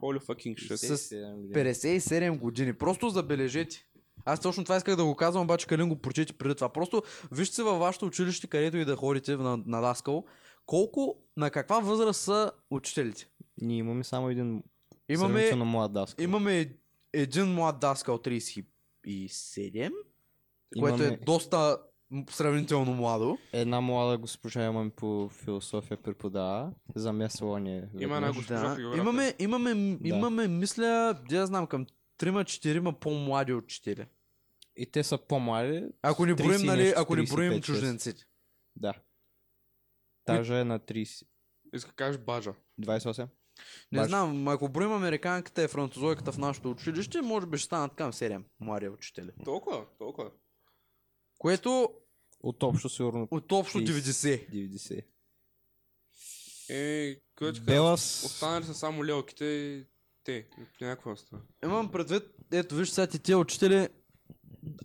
S3: Holy fucking shit.
S2: С-
S1: 57 години.
S2: 57 години. Просто забележете. Аз точно това исках да го казвам, обаче Калин го прочете преди това. Просто вижте се във вашето училище, където и да ходите на, на даскал, колко, на каква възраст са учителите.
S1: Ние имаме само един
S2: Имаме,
S1: сравнително млад даскал.
S2: имаме е- един млад даскал 37, което е
S1: Имаме
S2: доста м- сравнително младо.
S1: една млада госпожа имаме по философия преподава, замесвала ни е
S3: Има една
S1: веднъж.
S3: госпожа по
S2: Да.
S3: география.
S2: Имаме, имаме, м- имаме, мисля, да я знам, към 3-4 по-млади учители.
S1: И те са по-млади,
S2: Ако не
S1: 30
S2: броим,
S1: и
S2: нали,
S1: нещо,
S2: ако не
S1: 35-6.
S2: броим чужденците.
S1: да. Тажа е на 30.
S3: Иска кажеш бажа.
S1: 28?
S2: Не
S1: Баш.
S2: знам, ако броим американката и французойката в нашето училище, може би ще станат към 7 млади учители.
S3: Толкова, толкова.
S2: Което
S1: От общо сигурно
S2: от общо
S1: 30.
S2: 90.
S1: 90.
S3: Е, ключка.
S1: Белас...
S3: Останали са само лелките и те. Някаква остана.
S2: Имам предвид, ето вижте сега ти тия учители,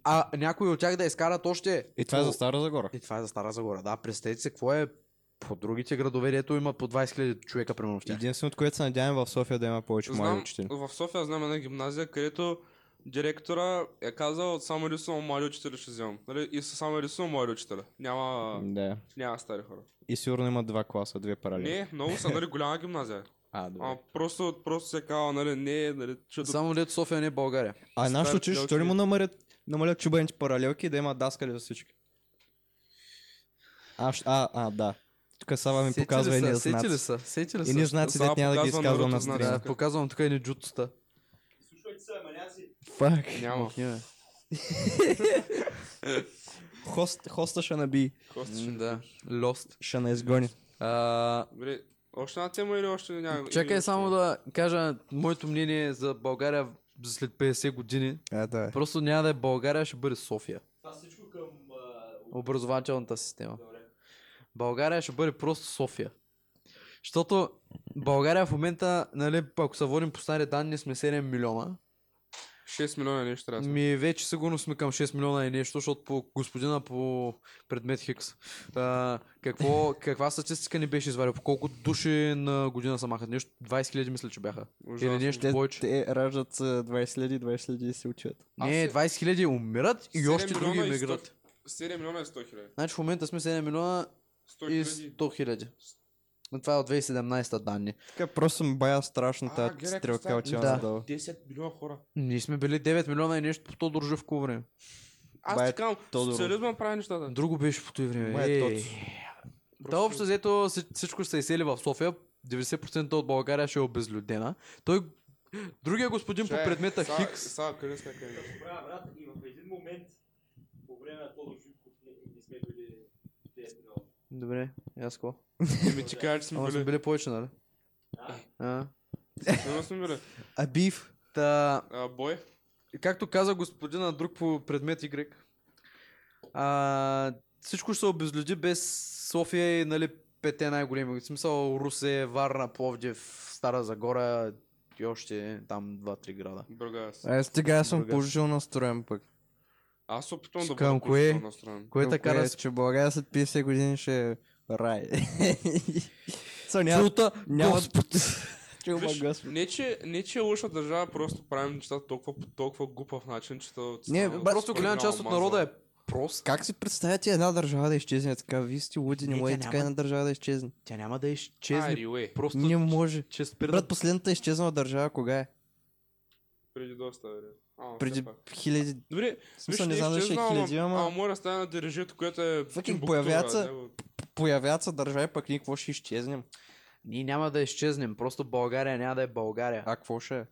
S2: а някои от тях да изкарат още...
S1: И това е за Стара Загора.
S2: И това е за Стара Загора, да. Представете се, какво е по другите градове, дето има по 20 000 човека, примерно в тях.
S1: Единственото, което се надяваме в София да има повече млади
S3: Знам,
S1: учители.
S3: в София знам една гимназия, където директора е казал само рисувам млади учители ще вземам. Нали? И са само рисувам млади учители. Няма,
S1: Да.
S3: няма стари хора.
S1: И сигурно има два класа, две паралели.
S3: Не, много са, нали, голяма гимназия.
S1: А, добре.
S3: А, просто, просто се казва, нали, не, нали, чудо.
S2: Само дето София не е България.
S1: А нашето
S3: Старт
S1: училище,
S3: делки.
S1: ще ли му намалят, намалят чубените паралелки и да има даскали за всички? А, щ- а, а, да. Тук Сава ми
S2: Сети ли
S1: показва
S2: са?
S1: едни
S2: Сети ли
S1: знаци.
S2: са? Сети ли
S1: Едни
S2: са?
S1: знаци,
S3: Сава
S1: дет няма да ги
S3: показва
S1: изказвам на
S3: народното знаме.
S1: стрим.
S2: Да, показвам тук едни джутоста.
S4: Слушайте се, ама няци.
S1: Фак.
S3: Няма.
S2: Ох, не,
S1: Хост, хоста ще наби.
S3: Коста
S2: М,
S3: ще-
S2: Да, лост.
S1: Ще не изгони.
S2: А,
S3: Добре, още една тема или още няма?
S2: Чакай
S3: или-
S2: само да кажа моето мнение за България за след 50 години.
S1: А, да.
S2: Просто няма да е България, ще бъде София.
S4: Това всичко към... а,
S2: Образователната система.
S4: Добре.
S2: България ще бъде просто София. Защото България в момента, нали, ако се водим по стари данни, сме 7 милиона.
S3: 6 милиона нещо трябва. да сме.
S2: Ми вече сигурно сме към 6 милиона и нещо, защото по господина по предмет Хикс. А, какво,
S3: [LAUGHS]
S2: каква статистика ни беше извадил? По колко души на година са махат? Нещо 20 хиляди мисля, че бяха.
S3: Ужасно.
S2: Или нещо
S1: Те,
S2: повече.
S1: те раждат се 20 хиляди, 20 хиляди и се учат.
S3: Аз
S2: Не,
S3: се-
S2: 20 хиляди умират и
S3: 7
S2: още други
S3: милиона и
S2: миграт.
S3: 7 милиона и 100 хиляди.
S2: Значи в момента сме 7 милиона
S3: 100
S2: и
S3: хиляди.
S2: 100 хиляди. Но Това е от 2017 данни.
S1: Така просто ми бая страшно
S3: А,
S1: тази
S3: гледай,
S1: стрелка
S3: какво
S1: отива
S2: става.
S1: надолу.
S3: 10 милиона хора.
S2: Ние сме били 9 милиона и нещо по то дружевко време.
S3: Аз
S1: Бай,
S3: ти казвам,
S1: Тодоров.
S3: социализма прави нещата.
S2: Друго беше по този време.
S1: Май е
S2: Ей.
S1: тоц.
S2: Та общо взето си- всичко ще се изсели в София. 90% от България ще е обезлюдена. Той другия господин
S3: е.
S2: по предмета Хикс.
S3: Сега, къде сме, къде сме?
S4: Добре, брат, и в един момент, по време на Тодор Живков, не, не сме били 10 милиона.
S2: Добре, аз какво?
S3: Еми Е, ти кажа, че сме
S2: Ама сме
S3: били.
S2: били повече, нали?
S4: А?
S2: А?
S3: Сигурно сме били.
S2: а бив. Та,
S3: А, Бой,
S2: както каза господина друг по предмет Y, а, всичко ще се обезлюди без София и нали, пете най-големи. В смисъл Русе, Варна, Пловдив, Стара Загора и още там 2-3 града.
S3: Бургас.
S1: Аз сега аз съм
S2: Бургас.
S1: положително настроен пък.
S3: Аз се опитвам да
S1: Към
S3: бъда
S1: кое?
S3: положително настроен.
S2: Кое така
S1: Кое
S2: да
S1: е, че България след 50 години ще е рай. [LAUGHS] Са, няма...
S2: Чулта,
S1: няма- [LAUGHS]
S2: Господ.
S1: Чува,
S3: Виж,
S1: Господ.
S3: Не че, не, че е лоша държава, просто правим нещата толкова по толкова глупав начин, че то...
S1: Не,
S3: става-
S1: ба-
S2: Е, Просто голяма част от народа е прост.
S1: Как си представяте една държава да изчезне така? Вие сте луди, не
S2: Не,
S1: може
S2: тя
S1: така
S2: няма.
S1: една държава да изчезне.
S2: Тя няма да
S3: А,
S2: изчезне.
S3: Риле,
S2: Просто
S1: Не може.
S2: че спират.
S1: Брат, последната изчезнала държава кога е?
S3: преди доста време. Ама, все
S1: Преди
S3: пак.
S1: хиляди...
S3: Добре,
S1: Смисъл,
S3: виж,
S1: не знам дали ще е
S3: изчезна,
S1: хиляди,
S3: Ама
S1: ама...
S3: може да стане на дирижито, което е... Тимбукту,
S1: появяват се-
S3: бе, не, бе.
S1: Появяват се държави, пък ние какво ще изчезнем?
S2: Ние няма да изчезнем. Просто България няма да е България.
S1: А какво ще е?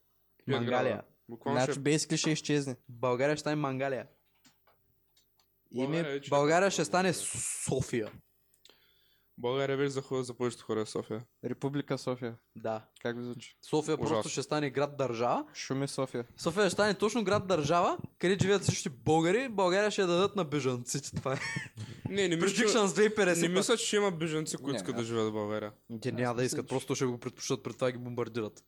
S3: Пият
S2: Мангалия.
S3: града. Буквално ще
S1: Значи, бейски ще изчезне.
S2: България ще стане Мангалия.
S1: Ими...
S3: вече-
S2: България ще стане София.
S3: България вече заходи за повечето хора в София.
S1: Република София.
S2: Да.
S1: Как ви звучи?
S2: София
S3: Ужасно.
S2: просто ще стане град държава.
S1: Шуми София.
S2: София ще стане точно град държава, където живеят всички българи. България ще я дадат на бежанците. Това е.
S3: Не, не мисля, че-
S2: Prediction с 2050.
S3: не мисля, че ще има бежанци,
S1: Не,
S3: които искат
S1: не.
S3: да живеят в България.
S2: Те няма да искат, просто ще го предпочитат пред това ги бомбардират.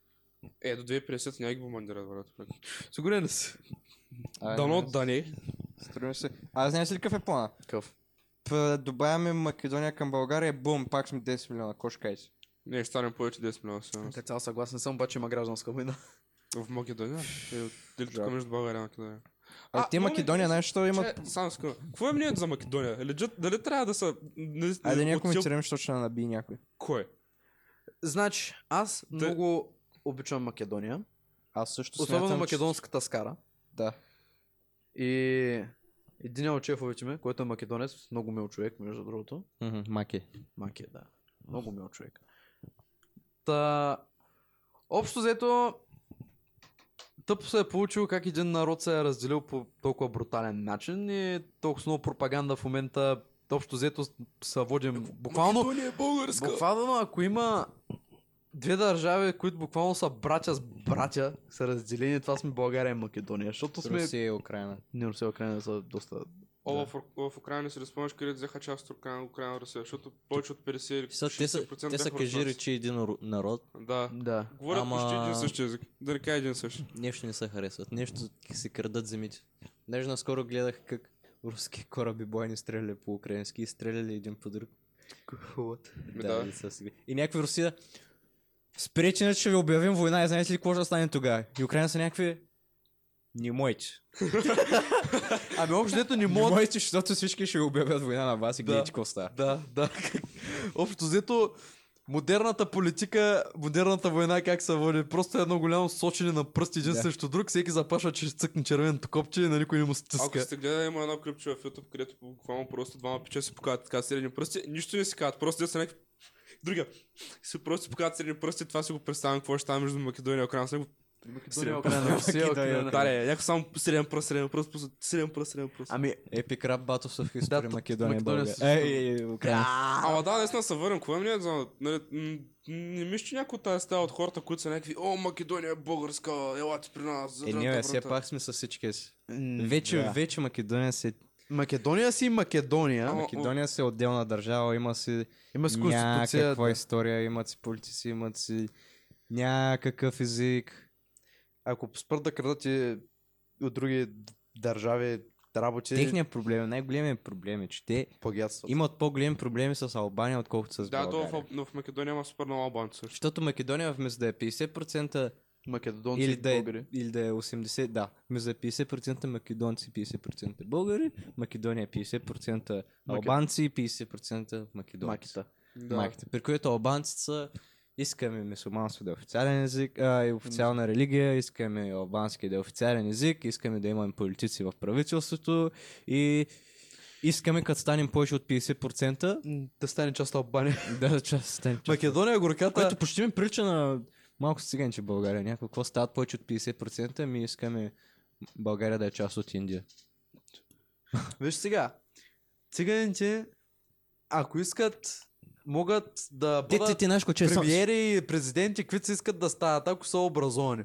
S3: Е, до 2050 няма ги бомбандират, брат.
S2: Сигурен ли си?
S3: Дано да не.
S1: Струми се. А знаеш ли какъв е плана?
S2: Какъв?
S1: П- Добавяме Македония към България, бум, пак сме 10 милиона. Кошкай си.
S3: Не, ще станем повече 10 милиона сигурно.
S2: Те цял съгласен съм, обаче има гражданска война.
S3: В Македония? Е, от- Или тук
S1: Жалко.
S3: между България и Македония?
S1: А, те
S3: моля,
S1: Македония, знаеш, що имат...
S3: Че, само секунда. Какво е мнението за Македония? Лежат, дали трябва да са... нали-
S1: Айде
S3: от
S1: ние
S3: сил-
S1: коментираме, защото ще наби някой.
S3: Кой?
S2: Значи, аз много обичам Македония.
S1: Аз също
S2: Особено
S1: смятам, че-
S2: македонската скара.
S1: Да.
S2: И един от шефовете ми, който е македонец, много мил човек, между другото.
S1: Маки.
S2: Маки, да. Много мил човек. Та... Общо взето, тъпо се е получило как един народ се е разделил по толкова брутален начин и толкова с много пропаганда в момента. Общо взето се водим буквално...
S3: Македония е българска!
S2: Буквално, ако има две държави, които буквално са братя с братя, са разделени, това сме България и Македония. Защото сме...
S1: Русия и е Украина.
S2: Не, Русия и Украйна са доста...
S3: О,
S2: Да.
S3: в, Ур- в Украина се разпомняш къде взеха част от Украина, Украина Русия, защото повече от 50 или
S1: Те са,
S3: 60%
S1: те са
S3: бяха
S1: кажи
S3: руснаци.
S1: речи един ру- народ,
S3: Да.
S2: Да.
S3: Говорят
S1: Ама-
S3: почти един и същи език. Да не кажа един и същи.
S1: нещо не се харесват, нещо се крадат земите. Даже наскоро гледах как руски кораби бойни стреляли по украински и стреляли един по друг.
S2: Ами
S3: Ми да.
S1: и са си- И някакви Русия. Спрече, че ще ви обявим война и знаете ли какво ще стане тогава? И Украина са някакви. Не мойте.
S2: Ами общо дето не
S1: Не
S2: могат...
S1: мойте, защото всички ще обявят война на вас и
S2: Да.
S1: гледайте какво става.
S2: Да, да. Общо взето, модерната политика, модерната война как се води? Просто едно голямо сочене на пръсти един
S1: Да.
S2: срещу друг, всеки запашва, че ще цъкне червеното копче и на никой не му
S3: Ако
S2: стиска.
S3: сте гледали, има едно клипче в YouTube, където буквално просто двама пича си показват така средни пръсти, нищо не си казват, просто те са някакви... Другия, си просто си показват средни пръсти, това си го представям, какво ще става между Македония и Украина, с него... Среден пръст.
S1: е.
S2: Окрена, Русия,
S1: Македония,
S2: окрена.
S3: Да, е не, някакво само среден пръст, среден пръст, просто среден пръст, среден пръст.
S2: Ами,
S1: Епик рап батов са в Хриспри,
S2: Да,
S1: Македония,
S2: Македония
S1: България. Е,
S2: са-
S1: Ей, ей, ей, Украина.
S3: Ама да, наистина се върнем. Кое ми е за... Нали, м, не мисля, че някой от тази стая от хората, които са някакви О, Македония е българска, елате при нас.
S1: Е,
S3: задрънта
S1: ние бе, все
S3: врата».
S1: пак сме с всички си.
S2: м,
S1: Вече,
S2: да.
S1: вече Македония се...
S2: Македония си Македония.
S3: Ама-
S1: Македония се е отделна държава, има си
S2: Има си конституция.
S1: някаква история, имат си политици, имат си някакъв език.
S2: Ако спрат да крадат и от други д- държави работи,
S1: Техният проблем, най-големият проблем е, че те
S2: плагиатстват.
S1: имат по-големи проблеми с Албания, отколкото с
S3: Да, то
S1: България.
S3: в, но в Македония има супер много албанци също.
S1: Защото Македония вместо да е 50%
S2: Македонци
S1: или
S2: и
S1: да, е,
S2: българи.
S1: или да е 80%, да, вместо да е 50% македонци, 50% българи, Македония е 50% албанци, 50% македонци.
S2: Макита.
S3: Да.
S1: Маките, при които албанците са искаме мисулманство да е официален език, а, и официална религия, искаме албански да е официален език, искаме да имаме политици в правителството и искаме като станем повече от 50%
S2: М, Да стане част от Албания.
S1: да част станем. част-
S2: Македония е горката.
S1: Което почти ми прилича на малко циганче в България. Някой, какво стават повече от 50%, ми искаме България да е част от Индия.
S2: Виж сега, циганите, ако искат, могат да
S1: Ти, ти,
S2: бъдат
S1: ти, знаеш, че е сам...
S2: премиери и президенти, каквито си искат да стават, ако са образовани.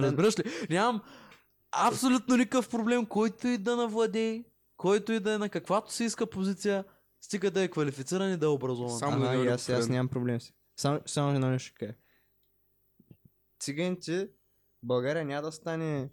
S2: Разбираш ли? Нямам абсолютно никакъв проблем, който и да навладее, който и да е на каквато си иска позиция, стига да е квалифициран и да е образован.
S3: Само- да
S1: Ама,
S3: не
S1: и
S3: е
S1: аз, аз
S3: любопитен.
S1: нямам проблем си. Само, само едно нещо ще кажа. Циганите, България няма да стане...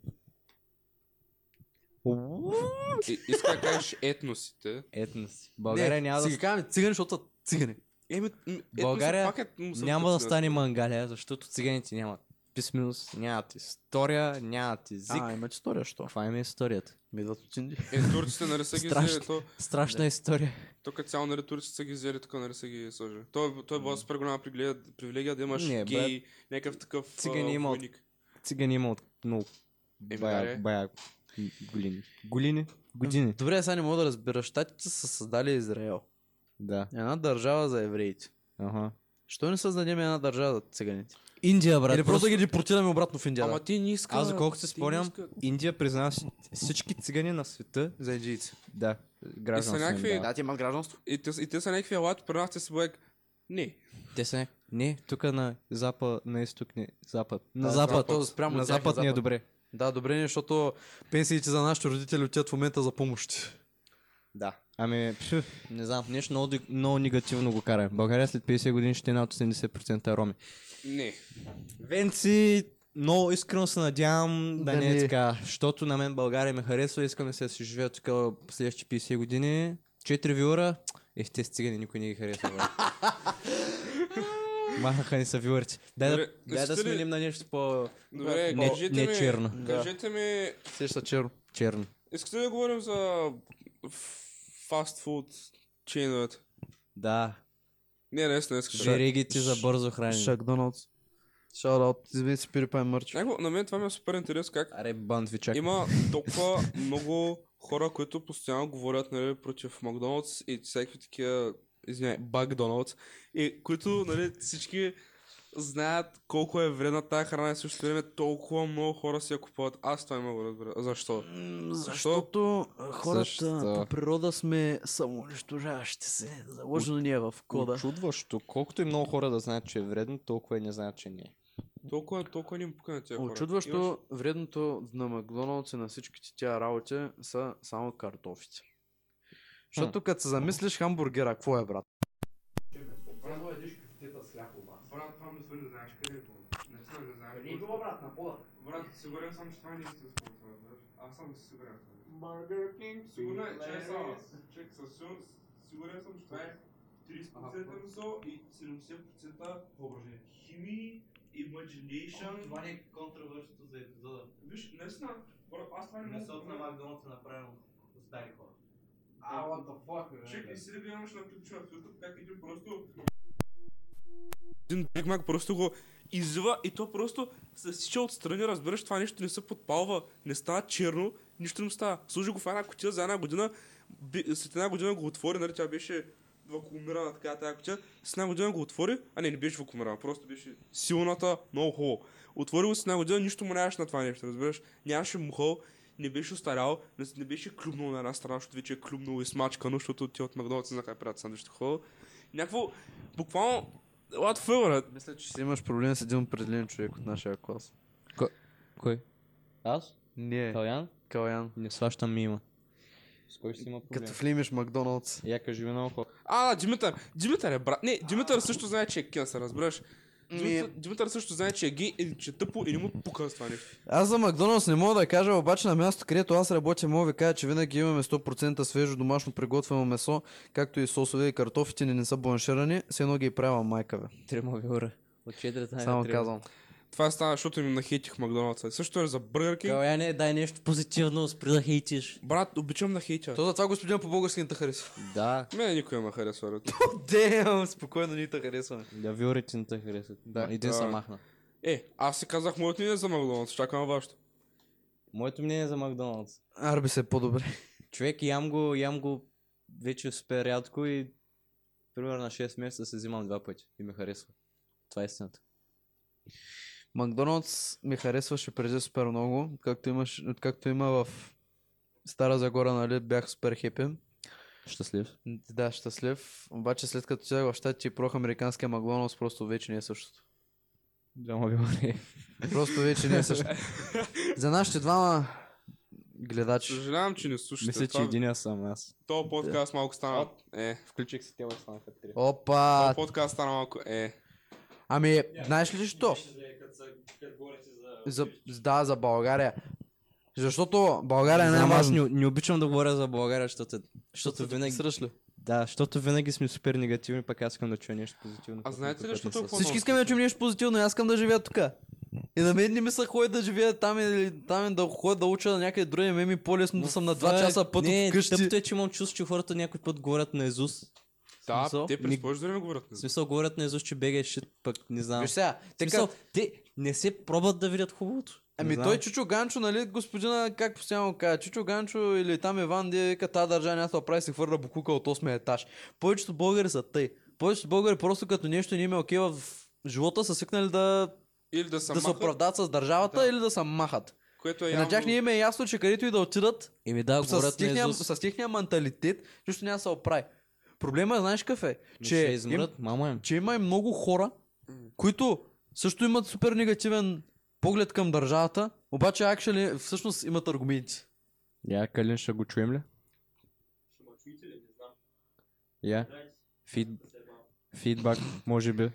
S3: И, иска да кажеш етносите.
S1: Е, Етнос. България няма да,
S2: Сега казваме цигани, защото са цигани.
S3: Еми, м, етноси
S1: България
S3: пак е, м, са
S1: няма да
S3: тъци,
S1: стане Мангалия, защото циганите нямат писменост, нямат история, нямат език.
S2: А, има история, що?
S1: Каква им е историята?
S2: Ми идват от Индия.
S3: Е, турците нали са ги
S1: Страшно.
S3: взели, то,
S1: Страшна история.
S3: то като цяло нали турците са ги взели, тук нали са ги сложили. Той, той е била супер голяма привилегия, привилегия да имаш
S1: Не, брат.
S3: гей, някакъв такъв
S1: Цигани има от-
S3: войник.
S1: цигани има от много
S3: Еми, да,
S1: бая,
S3: е.
S1: бая години. Голини? Години.
S2: Добре, сега не мога да разбера. Штатите са създали Израел.
S1: Да.
S2: Една държава за евреите.
S1: Ага.
S2: Що не създадем една държава за циганите?
S1: Индия, брат.
S2: Или просто, ги депортираме обратно в Индия.
S3: Ама ти не иска...
S1: Аз, доколкото се
S3: ти не
S1: спомням,
S3: иска-
S1: Индия признава си- всички цигани на света.
S2: за индийци.
S1: Да. Гражданство.
S3: И са
S1: им
S3: някакви-
S1: дава.
S2: Да, ти имат гражданство.
S3: И те, и те са някакви елати, при нас те си бъдек. Не.
S1: Те са някакви. Не, тук на запад, на изток, не. Запад. На
S2: Да,
S1: запад.
S2: запад, спрямо
S1: на
S2: от тях е
S1: запад ни е
S2: запад.
S1: добре.
S2: Да, добре, не, защото пенсиите за нашите родители отиват в момента за помощи.
S1: Да. Ами, пф, не знам, нещо много, ди- много негативно го кара. България след 50 години ще е над 80% роми.
S3: Не.
S1: Венци, но искрено се надявам да,
S2: Да
S1: не е
S2: не е.
S1: така, защото на мен България ме харесва, искам да се си живея тук следващите 50 години. Четири вилора, ех, те стигани, никой не ги харесва. [LAUGHS] бе. Махаха ни са вилърци. Дай, да,
S3: Добре,
S1: дай да
S3: искате ли-
S1: сменим на нещо по...
S3: Добре,
S1: Не-
S3: кажете
S1: не
S3: ми...
S1: черно.
S3: Кажете ми...
S2: Сеща черно.
S1: Черно.
S3: Искате ли да говорим за... Фастфуд чейновете?
S1: Да,
S3: Не, не, не искам.
S1: жеригите за
S2: Ш-
S1: бързо хранене.
S2: Шакдоналдс. Шараут. Извини си, Пирипай Мърч.
S3: Някакво- на мен това ми е супер интересно как
S1: Аре, бандвичак.
S3: има толкова много хора, които постоянно говорят нали, против Макдоналдс и всякакви такива, извиняй, Бакдоналдс, и които нали, всички знаят колко е вредна тази храна и също време толкова много хора си я купуват. Аз това не мога да разбера. Защо?
S2: Защото а, хората
S1: Защо?
S2: по природа сме самоунищожаващи се. Заложено ни е в кода.
S1: Очудващо. Колкото и много хора да знаят, че е вредно, толкова и не знаят, че не е.
S3: Толкова, толкова ни пука на тия хора. Имаш-
S2: Очудващо вредното на Макдоналдс и на всичките тия работи са само картофите. Защото като се замислиш хамбургера, какво е брат?
S3: Брат, това ми свали, не знаеш къде е било. Не свали, не знаеш.
S4: Не е било брат на пода.
S3: Брат, сигурен съм, че това не е истинско. това, брат. Аз съм сигурен.
S4: Burger King.
S3: Сигурен е, че е само. Чек, със сигурност, сигурен съм, че това е 30% мисъл и 70% въображение. Химии, imagination.
S4: Това не е контравърсното за епизода.
S3: Виж, наистина, брат, Бро, аз това не мога.
S4: Месото на Макдоналдс е направено от стари хора. А, what the fuck,
S3: Чекай си да ви имаш на ключа в YouTube, как един просто... Един Биг Мак просто го излива и то просто се сича отстрани, разбираш, това нещо не се подпалва, не става черно, нищо не му става. Служи го в една кутия за една година, би- след една година го отвори, нали, тя беше вакуумирана така, тази кутия, с една година го отвори, а не, не беше вакуумирана, просто беше силната, много хубаво. Отвори го с една година, нищо му нямаше на това нещо, разбираш, нямаше мухъл, не беше остарял, не, не беше клюмнал на една страна, защото вече е клюмнал и смачкано, защото ти от Макдоналдс не знаха как правят сандвичите хора. Някакво, буквално, what the fuck, брат?
S2: Мисля, че си имаш проблем с един определен човек от нашия клас.
S1: Кой? Аз?
S2: Не,
S1: Калян?
S2: Калян.
S1: Не сващам мима. С кой ще има проблем?
S2: Като влимеш Макдоналдс.
S1: Я кажи ми много хора.
S3: А, Димитър, Димитър е брат. Не, Димитър също знае, че е кенсър, разбираш. Димитър, Димитър също знае, че е гей и че е тъпо и не му пука с това нещо.
S2: Аз за Макдоналдс не мога да кажа, обаче на място, където аз работя, мога да ви кажа, че винаги имаме 100% свежо домашно приготвено месо, както и сосове и картофите ни не са бланширани, с едно ги е правила майка бе.
S1: Трима виора. От четирата
S2: Само казвам.
S3: Това стана, защото им нахейтих Макдоналдса. Също е за Бургер Кинг.
S1: Калян е, дай нещо позитивно, спри да хейтиш.
S3: Брат, обичам да хейтя.
S2: То за това господин по български не те харесва.
S1: Да.
S3: Мене никой не ме харесва, брат.
S2: [LAUGHS] Дем, спокойно ни те харесваме.
S1: Да, виорите не те харесват.
S2: Да.
S1: Един
S3: Да.
S1: се махна.
S3: Е, аз си казах моето име за Макдоналдс, чакам вашето.
S1: Моето мнение е за Макдоналдс.
S2: Арби се е по-добре.
S1: Човек, ям го, ям го вече супер рядко и примерно на 6 месеца се взимам два пъти и ми харесва. Това е истината.
S2: Макдоналдс ми харесваше преди супер много, както, имаш, както има в Стара Загора, нали, бях супер хепи.
S1: Щастлив.
S2: Да, щастлив. Обаче след като отидах в щатите и прох американския Макдоналдс, просто вече не е същото.
S1: Двама виори.
S2: Просто вече не е същото. За нашите двама гледачи.
S3: Съжалявам, че не слушате.
S1: Мисля, че
S3: Това-
S1: единия съм аз.
S3: То подкаст малко стана. Е.
S1: Включих си тема и станаха три.
S2: Опа!
S3: То подкаст стана малко. Е.
S2: Ами, знаеш ли що?
S4: Като говорите е за...
S2: За, да, за България. Защото България е
S1: Знам, аз
S2: най-важно.
S1: не, не обичам да говоря за България, защото, защото винаги...
S2: Сръшли.
S1: Да, защото винаги сме супер негативни, пък аз искам да чуя нещо позитивно.
S3: А знаете ли,
S1: което
S3: защото
S1: не
S3: е
S1: са.
S2: Всички искаме да чуем нещо позитивно, и аз искам да живея тук. И на мен не ми се ходи да живея там или там и да ходя да уча на някъде други, мен ми е по-лесно да съм на 2
S1: Това е-
S2: часа път
S1: не,
S2: от къщи.
S1: Тъпто е, че имам чувство, че хората някой път говорят на Езус.
S3: Да,
S1: Смисъл?
S3: те
S1: Ни-
S3: през повече време говорят.
S1: В смисъл, говорят на Езус, че бега е шит, пък не знам.
S2: Виж сега, е-
S1: Те,
S2: те
S1: смисъл,
S2: как...
S1: те не се пробват да видят хубавото. Не
S2: Ами
S1: знам.
S2: той Чучо Ганчо, нали, господина, как постоянно казва, Чучо Ганчо или там Иван, де вика, тази държава няма да прави се хвърля букука от 8 етаж. Повечето българи са тъй. Повечето българи просто като нещо не им е окей в живота са свикнали да,
S3: Или да са
S2: да се
S3: махат,
S2: оправдат с държавата
S3: Да.
S2: или да се махат.
S3: което е
S2: Е, на тях не
S3: явно...
S2: им е ясно, че където и да отидат,
S1: Еми да,
S2: с
S1: говорят на
S2: техния,
S1: Езус.
S2: с техния менталитет, защото няма да се оправи. Проблема е, знаеш какъв е?
S1: Ами
S2: Че,
S1: ще
S2: им,
S1: измрат, мама им.
S2: че има и много хора, които също имат супер негативен поглед към държавата, обаче actually, всъщност имат аргументи.
S1: Я, Калин, ще го чуем ли?
S4: Ще ме чуете ли? Не знам.
S1: Я,
S4: Дай си,
S1: фид,
S4: да се е ебавам.
S1: фидбак, може би.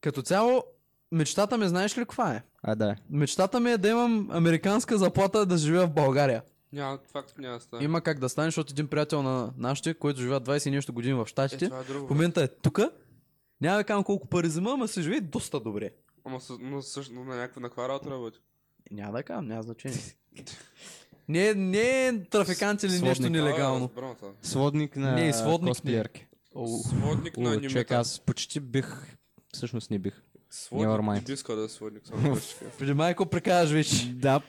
S2: Като цяло, мечтата ми, знаеш ли каква е?
S1: А, да.
S2: Мечтата ми е да имам американска заплата да живея в България.
S3: Няма, това тук няма да стане.
S2: Има как да стане, защото един приятел на нашите, който живея 20 и нещо години в
S3: Е,
S2: Штатите,
S3: това е друго.
S2: в
S3: бе.
S2: момента е тука. Няма да кажа колко пари взема, ама се живее доста добре.
S3: Ама със- но също на някаква на каква работа работи.
S2: Няма да кажа, няма значение. [LAUGHS] не, не е трафикант или
S1: Сводник.
S2: нещо
S3: А,
S2: нелегално.
S3: разбрано това.
S1: Сводник на
S2: Не, е сводник не.
S1: косплеерки.
S3: Сводник на
S1: О, Човек,
S3: анимета.
S1: аз почти бих... Всъщност не бих. Never mind.
S3: Сводник. Ти иска да е сводник. само да ще кажа.
S2: Внимай какво прекараш вече.
S1: Да.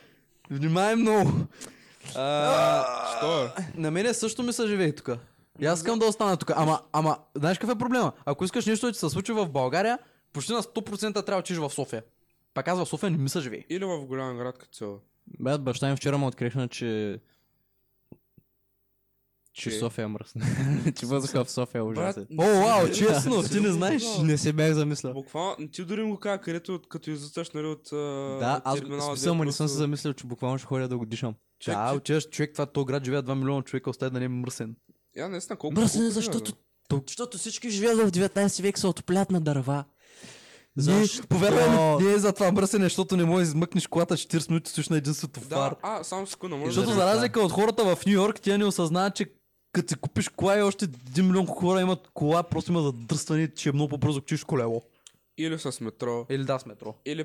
S2: Внимай много. А,
S3: Що е?
S2: на мене също ми се живее тук. И аз искам да остана тук. Ама, ама, знаеш какъв е проблема? Ако искаш нещо да ти се случи в България, почти на 100% трябва да отидеш в София. Пак аз в София не ми се живее.
S3: Или в голям град като цяло.
S1: Брат, баща ми вчера му открихна, че... Че
S3: Че?
S1: София е мръсна. [LAUGHS] че въздуха в София е ужасен.
S2: О, [LAUGHS] вау, честно, ти [LAUGHS] не знаеш.
S1: Не се бях замислял.
S3: Буквално, ти дори му кажа, където от- като излизаш, нали, от
S1: Да, аз в смисъл, ма не съм се замислил, че буквално ще ходя да го дишам.
S2: Да, отиваш човек, това то град живеят 2 милиона човека, остава да не е мръсен.
S3: Я наистина колко...
S1: Мръсен е,
S3: колко-
S1: защото... Защото всички живеят в 19 век, са отоплят на дърва. Защо?
S2: Не, повярвай ми, не е за това мръсене, защото не можеш да измъкнеш колата 40 минути, стоиш на един светофар.
S1: е
S3: Да, а, само секунда, може
S2: Защото
S3: да... е
S2: за
S1: това.
S2: разлика от хората в Нью Йорк, тя не осъзнават, че като си купиш кола и още 1 милион хора имат кола, просто има задръстване, че е много по-бързо качиш колело.
S3: Или с метро,
S2: Или да, с метро.
S3: или...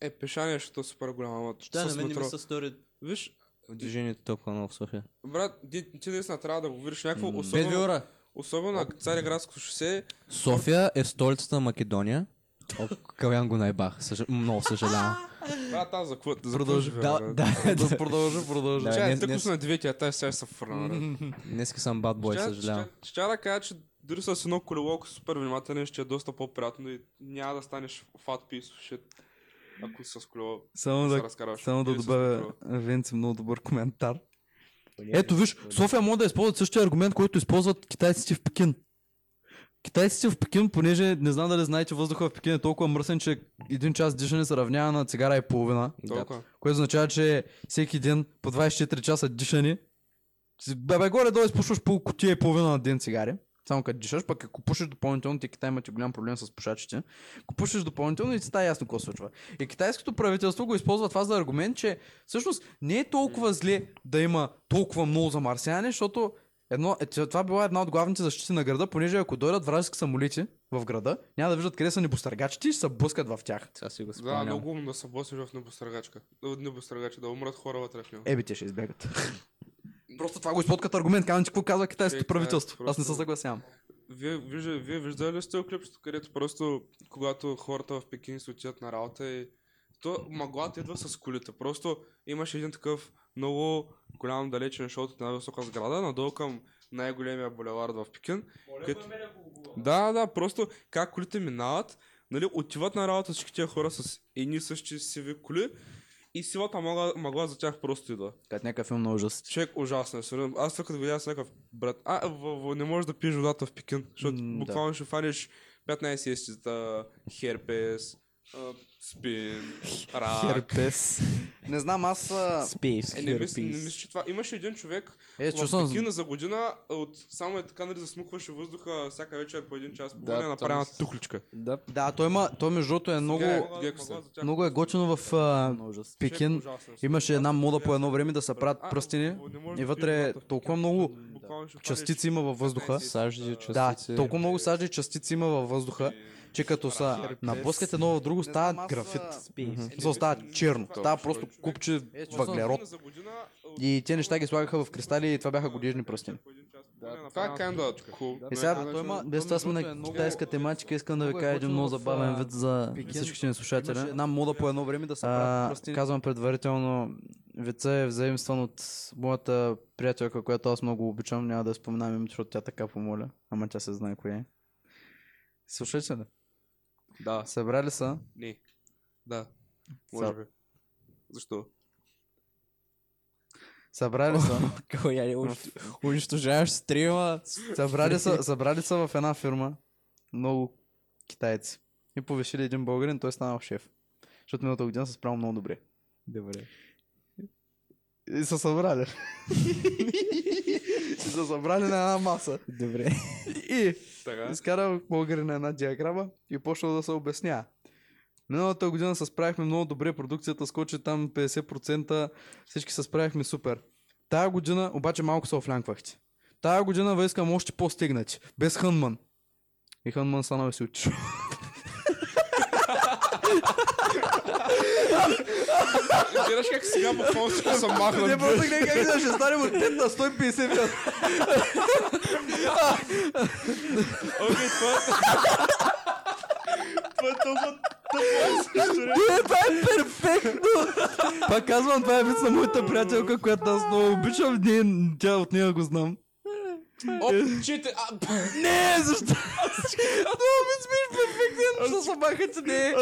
S3: Е, пешание, защото е супер голямо, ама
S1: Да, на
S3: с
S1: мен не ми
S3: метро.
S1: се стори.
S3: Виж,
S1: Движението топка на в София.
S3: Брат, ти, ти наистина трябва да го видиш някакво,
S1: М,
S2: Пет
S3: особено,
S2: юра.
S3: особено на Цареградско шосе.
S1: София е столицата на Македония. О, Калян го найбах. Съж... Много съжалявам. [LAUGHS]
S3: Брат, аз за какво? За
S1: Продължи. Да, да,
S2: [LAUGHS] Да
S1: да.
S2: продължа, продължа.
S1: Да.
S3: Чай,
S1: днес-
S3: тъкно
S1: днес-
S3: са на деветия, тази сега се фърна. брат.
S1: Днеска съм бад бой,
S3: Щя-
S1: съжалявам.
S3: щя- Щя да кажа, че дори с едно колело, ако си супер внимателен, ще е доста по-приятно и няма да станеш фат пис, shit, ако с колело
S2: Само
S3: се
S2: да,
S3: разкараш.
S2: само да
S3: Или с
S2: добавя
S3: колело.
S2: Венци много добър коментар. Ето виж, София може да използват същия аргумент, който използват китайците в Пекин. Китайците в Пекин, понеже не знам дали знаете, въздуха в Пекин е толкова мръсен, че един час дишане се равнява на цигара и половина.
S3: Толкова.
S2: Което означава, че всеки ден по 24 часа дишане. си- Бе, бе, горе долу изпушваш по кутия и половина на ден цигари. Само като дишаш, пък ако пушиш допълнително, те Китай имат и голям проблем с пушачите. Ако пушиш допълнително и ти става ясно какво се случва. И китайското правителство го използва това за аргумент, че всъщност не е толкова зле да има толкова много замърсяване, защото едно, е, това била една от главните защити на града, понеже ако дойдат вражески самолети в града, няма да виждат къде са небостъргачите и ще се блъскат в тях.
S1: Сега си го
S3: Да,
S1: спомням.
S3: много умно да се босиш в небостъргачка. От небостъргача, да умрат хора вътре в него.
S2: Ебе, те ще избегат. Е, Просто това го изпоткат аргумент, казвам, че какво казва китайското
S3: Е,
S2: правителство.
S3: е,
S2: Аз не се
S3: просто-
S2: съгласявам.
S3: Вие, вижда- вие виждали ли сте клипчето, където просто, когато хората в Пекин си отиват на работа и то мъглата идва с колите. Просто имаше един такъв много голям далечен шот от една висока сграда, надолу към най-големия булевард в Пекин.
S4: Моля
S3: Кът-
S4: ме, мен ако го гугла.
S3: Да, да, просто как колите минават, нали, отиват на работа всички тия хора с едни и същи сиви коли и силата мъгла, мъгла за тях просто идва.
S2: Като някакъв филм на ужас.
S3: Човек ужасно е, сериозно. Аз тук като видях с някакъв брат. А, в, в, не можеш да пиеш водата в Пекин, защото
S2: М, да.
S3: буквално ще фанеш 15 естета, херпес, а, спин, рак.
S2: Херпес. Не знам, аз... а,
S1: Space
S3: Е, не мисля, не мисля, че това. Имаше един човек
S2: Е,
S3: в
S2: чувствам...
S3: Пекин за година, от, само е така, нали, засмукваше въздуха всяка вечер по един час, по
S1: Да,
S3: да, направена
S1: той-
S3: тухличка.
S1: Да.
S2: Да, той има... Той между другото е много...
S3: Сега Мъгла- гекса. мъгла за тях
S2: Много е
S3: просто
S2: готино в а, Пекин.
S3: Човек, ужасно е.
S2: Имаше една мода по едно
S3: А,
S2: време да се правят
S3: а,
S2: пръстени.
S3: не може
S2: И
S3: да
S2: вътре
S3: пиеш водата в
S2: толкова
S3: Пекин.
S2: много
S3: Буквално ще
S2: частици има във въздуха.
S3: Петнайсет.
S1: Сажди, че
S2: Да, толкова много сажди частици има във въздуха,
S3: фанеш и-
S2: че като са
S3: Херпес.
S2: наблъскат едно в друго,
S5: Не знам,
S2: става
S5: аз,
S2: графит.
S5: а,
S1: Space.
S2: Смисъл става черно.
S3: Това
S2: Става
S3: е
S2: просто
S3: човек.
S2: купче
S5: Е, че
S2: въглерод.
S3: За година, от-
S2: И те неща ги слагаха в кристали и това бяха годишни пръстени.
S3: Това е kinda cool.
S5: Да,
S2: Е
S3: Нали,
S2: сега,
S3: това
S2: той
S3: нещо-
S2: има,
S5: Той,
S2: без това
S5: между
S2: сме
S5: другото, е
S2: на
S5: много-
S2: китайска тематика, искам да ви
S5: много е
S2: кажа един
S5: готино
S2: много
S5: в,
S2: забавен
S5: а,
S2: вид за
S5: Пекин.
S2: всичките ни слушатели.
S5: Имаше
S2: Една мода по едно време да се правят
S5: А,
S2: пръстени.
S5: казвам предварително, вица е взаимстван от моята приятелка, която аз много обичам, няма да я споменавам името, защото тя така помоля, ама тя се знае кое е. Слушайте ли?
S3: Да.
S5: Събрали са
S3: значи- Не. Да. Може би. Защо?
S5: Събрали [LAUGHS] са.
S1: Кой е унищожаваш стрима?
S5: Събрали са, събрали са в една фирма много китайци. И повишили един българин, той е станал шеф. Защото миналата година се справил много добре.
S1: Добре.
S5: И са събрали. и са събрали на една маса.
S1: Добре.
S5: И
S3: Така.
S5: изкарал българина една диаграма и почнал да се обяснява. Миналата година се справихме много добре, продукцията скочи там 50%, всички се справихме супер. Тая година обаче малко се офлянквахте. Тая година ви искам още по-стигнати, без Хънман. И Хънман станал и си отишъл.
S3: Гледаш как сега [LAUGHS] буквално всичко съм махнал.
S2: Не просто гледай как да ще станем от 5 на 150 милиона.
S3: Окей, това е... Това е толкова тъпо.
S2: Пак казвам, това е вид на моята приятелка, която аз много обичам. Не, тя от нея го знам. Е.
S3: Чите, а,
S2: Не, защо? Много ми смеш перфектен, ще се махат не.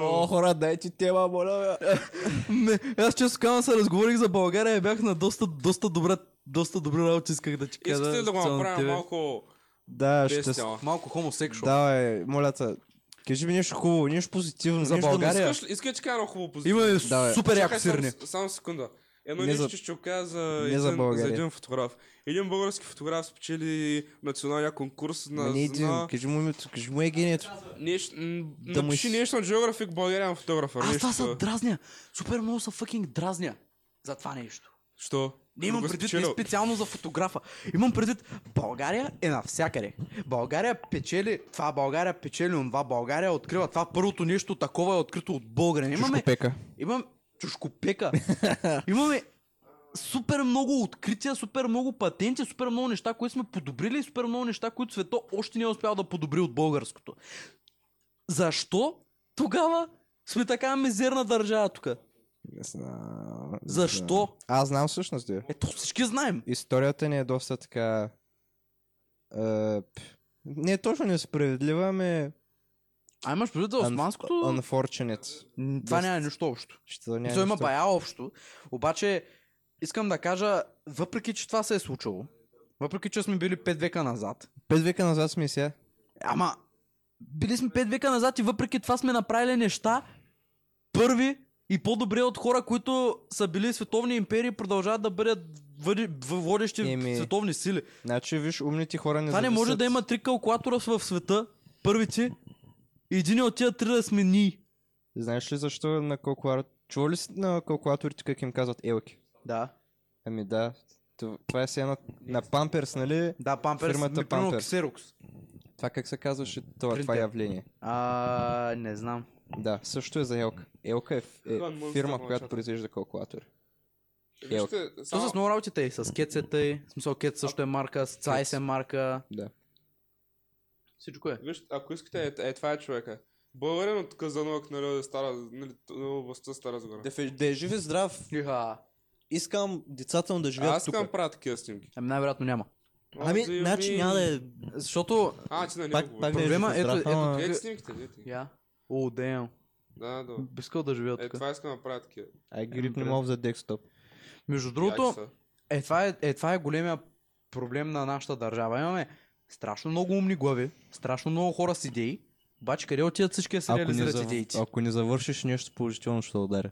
S1: О, хора, дайте тема, моля бе.
S2: Не, аз често казвам се разговорих за България и бях на доста, доста добра, доста добри работи исках да ти кажа.
S3: искате ли да го
S2: специално на
S3: направим
S2: тебе.
S3: малко
S1: Да, ще...
S3: без тема?
S2: Малко хомосекшуал.
S1: Давай, моля те. Кажи ми нещо хубаво, нещо позитивно.
S2: За
S1: нещо да ме
S2: България.
S3: Искаш ли- Искаш ли да ти кажа едно хубаво позитивно?
S2: Има и
S1: Давай.
S2: супер яко
S3: Чакай, само-
S2: сирни.
S3: Само секунда. Едно
S1: Не
S3: нещо
S1: за-
S3: ще кажа за,
S1: не за
S3: един, за
S1: България.
S3: един фотограф. Един български фотограф спечели националния конкурс
S1: Ма
S3: на
S1: не е един,
S3: зна...
S1: кажи му името, кажи му е гението.
S3: Нещо, м,
S1: Да му
S3: напиши
S1: из-
S3: нещо на Geographic Bulgarian фотографър.
S2: Аз
S3: нещо.
S2: това са дразня. Супер много са фъкинг дразня за това нещо.
S3: Що?
S2: Не имам
S3: Го
S2: предвид не
S3: спечелил.
S2: специално за фотографа. Имам предвид, България е навсякъде. България печели това, България печели онова, България открива това. Първото нещо такова е открито от българин. Имаме,
S1: Чушко пека.
S2: имам, чушкопека. Имаме супер много открития, супер много патенти, супер много неща, които сме подобрили и супер много неща, които света още не е успял да подобри от българското. Защо тогава сме така мизерна държава тук?
S6: Не знам. не знам.
S2: Защо?
S6: Аз знам всъщност. Де.
S2: Ето всички знаем.
S6: Историята ни е доста така... Е, п- не е точно несправедлива, ами...
S2: А имаш предвид за
S6: unf-
S2: Е, османското?
S6: Unfortunate.
S2: Н- Това
S6: доста-
S2: няма нищо общо.
S6: Ще да няма
S2: То има
S6: нищо.
S2: бая общо. Обаче, искам да кажа, въпреки че това се е случило, въпреки че сме били 5 века назад,
S6: Пет века назад сме и сега.
S2: ама били сме 5 века назад и въпреки това сме направили неща първи и по-добре от хора, които са били световни империи и продължават да бъдат въди- в- водещи
S6: Еми,
S2: световни сили.
S6: Значи, виж, умните хора не
S2: Това не може
S6: зависят.
S2: да има три калкулатора в света, първите, и един от тия три да сме ние.
S6: Знаеш ли защо на калкулатор... Чува ли си на калкулаторите как им казват елки?
S2: Да.
S6: Ами да. Това- Това е сега на, на Памперс, нали?
S2: Да, памперс,
S6: Фирмата
S2: ми, примерно,
S6: Pampers.
S2: Xerox.
S6: Това как се казваше това, това
S2: Принтер.
S6: явление?
S2: А, не знам.
S6: Да, също е за елка. Елка е, ф- е
S3: Хан Монстър
S6: фирма,
S3: мълчата.
S6: която произвежда калкулатори.
S3: Вижте,
S2: То
S3: само...
S2: с много работите и с кецета и, в смисъл кец също е марка, с Цайс е марка.
S6: Да.
S2: Всичко е.
S3: Виж, ако искате, е, е това е човека. Българин от Казанлък, нали, от стара, нали, от областта Стара Загора.
S1: Да, фе- да е жив и здрав.
S2: Иха.
S1: Искам децата му да живеят
S3: Аз
S1: тук.
S3: искам правя такива снимки.
S2: Ами най-вероятно няма.
S1: Ами,
S3: О,
S1: значи
S3: заяви.
S1: няма да е...
S2: Защото...
S3: А, ти на него
S1: Пак,
S3: говориш.
S1: пак да е
S2: Проблема-
S1: жив и здрав,
S2: ето-
S1: ама-
S2: ето-
S3: Гледай снимките, гледай.
S2: Я. О, дем.
S3: Да, да.
S2: Би искал да живея
S3: Е,
S2: тук.
S3: това искам да правя такива.
S6: I
S2: Ем,
S6: grip
S2: добре.
S6: him off the desktop.
S2: Между
S3: Яки
S2: другото,
S3: са.
S2: е това е, е, това е големия проблем на нашата държава. Имаме страшно много умни глави, страшно много хора с идеи, обаче къде отиват всички да се
S6: Ако не,
S2: реализират
S6: зав...
S2: идеите?
S6: Ако не завършиш нещо положително, ще ударя.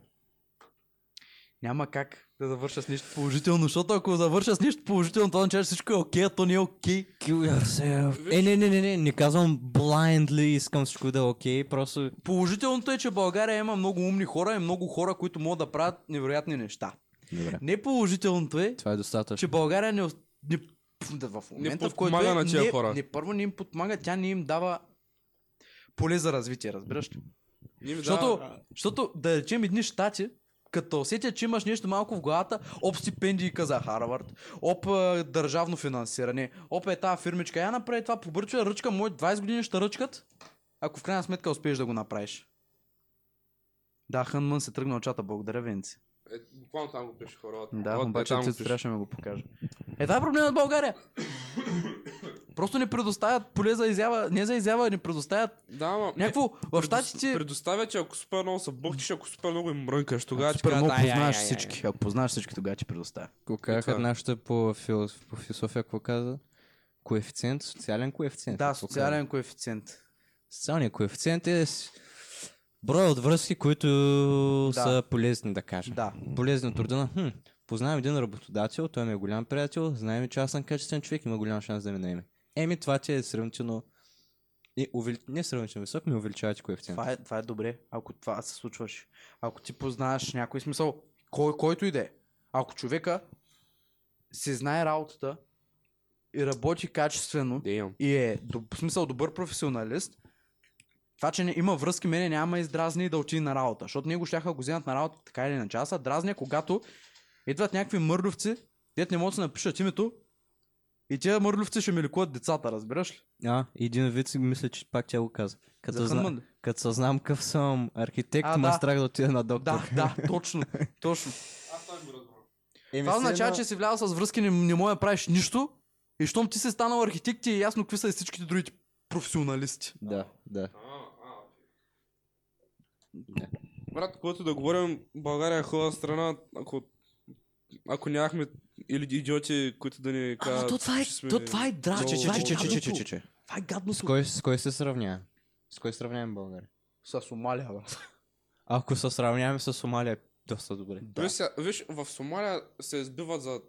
S2: Няма как да завърша с нещо положително, защото ако завърша с нещо положително, това означава, че всичко е окей, а то не е окей.
S1: Kill yourself. Е, не, не, не, не, не казвам blindly, искам всичко да е окей, просто...
S2: Положителното е, че България има много умни хора и много хора, които могат да правят невероятни неща.
S6: Добре.
S2: Неположителното е,
S6: Това е достатъчно.
S2: че България не, ос- не да, в момента, в който
S3: подпомага
S2: е,
S3: на тия
S2: не,
S3: хора.
S2: не първо не им подпомага, тя не им дава поле за развитие, разбираш ли?
S3: Ние ми
S2: Защото,
S3: дава-
S2: защото да речем едни щати, като усетят, че имаш нещо малко в главата, оп стипендии за Харвард, оп а, държавно финансиране, оп е тази фирмичка, я направи това, побърчва ръчка, мой 20 години ще ръчкат, ако в крайна сметка успееш да го направиш. Да, Хънмън се тръгна от чата, благодаря Венци.
S3: Е, буквално там го пише хора.
S2: Да,
S3: Вот, е,
S2: обаче
S3: там
S2: ти
S3: го пише.
S2: трябваше да ми го покажа. Е, това е проблемът в България. Просто не предоставят поле за изява, не за изява, не предоставят
S3: Да, ама...
S2: някакво. В
S3: предос-
S2: щатите
S3: Предоставя, че ако супер много се бъхтиш, ако супер много им мрънкаш, тогава ти
S2: Супер
S3: кажат,
S2: много
S3: ай, ай,
S2: познаваш
S3: ай, ай,
S2: всички. Ако познаваш всички, тогава ти предоставя.
S6: Ако казаха
S3: това е.
S6: нашата по, фил... по философия, какво каза? Коефициент, социален коефициент.
S2: Да,
S6: какво каза?
S2: социален коефициент.
S6: Социалният коефициент е с- броя от връзки, които са полезни, да кажем.
S2: Да.
S6: Полезни от рода на хм, познавам един работодател, той ми е голям приятел, знаем, че аз съм качествен човек, има голям шанс да ме наеме. Еми, това ти е сравнително... И увели... Не сравнително висок, ми увеличава ти коефициент.
S2: Това е, това е добре, ако това се случваш. Ако ти познаваш някой смисъл, кой, който и да е. Ако човека си знае работата и работи качествено
S3: Damn.
S2: и е доб, в смисъл добър професионалист, това, че не, има връзки, мене няма издразни да отиде на работа, защото него щяха да го вземат на работа така или иначе. Аз се дразня, когато идват някакви мърлювци, дет не могат да си напишат името и тия мърлювци ще ми ликуват децата, разбираш ли?
S6: А, един вид си мисля, че пак тя го каза. Като, зна...
S2: Хънман.
S6: Като съзнам къв съм архитект,
S2: А,
S6: ма
S2: да.
S6: страх да отида на доктор.
S2: Да,
S6: [LAUGHS]
S2: да, точно, точно.
S6: Еми,
S2: Това
S6: все
S2: означава,
S6: едно-
S2: че си влязъл с връзки, не, не може да правиш нищо. И щом ти си станал архитект, ти е ясно какви са и всичките другите професионалисти.
S6: Да, да.
S3: Брат, когато да говорим, България е хубава страна, ако, ако нямахме или идиоти, които да ни
S1: Ама
S3: кажат,
S1: то това е,
S3: че сме-
S1: то това е дра,
S6: Че, че,
S1: това е
S6: че, че, че, че, че,
S1: гадното.
S6: че, че.
S1: Това е гадно
S6: С кой, с кой се сравнява? С кой сравняваме България?
S2: С Сомалия, брат.
S6: Ако се сравняваме с Сомалия, е доста добре.
S3: Виж, сега- виж, в Сомалия се избиват за,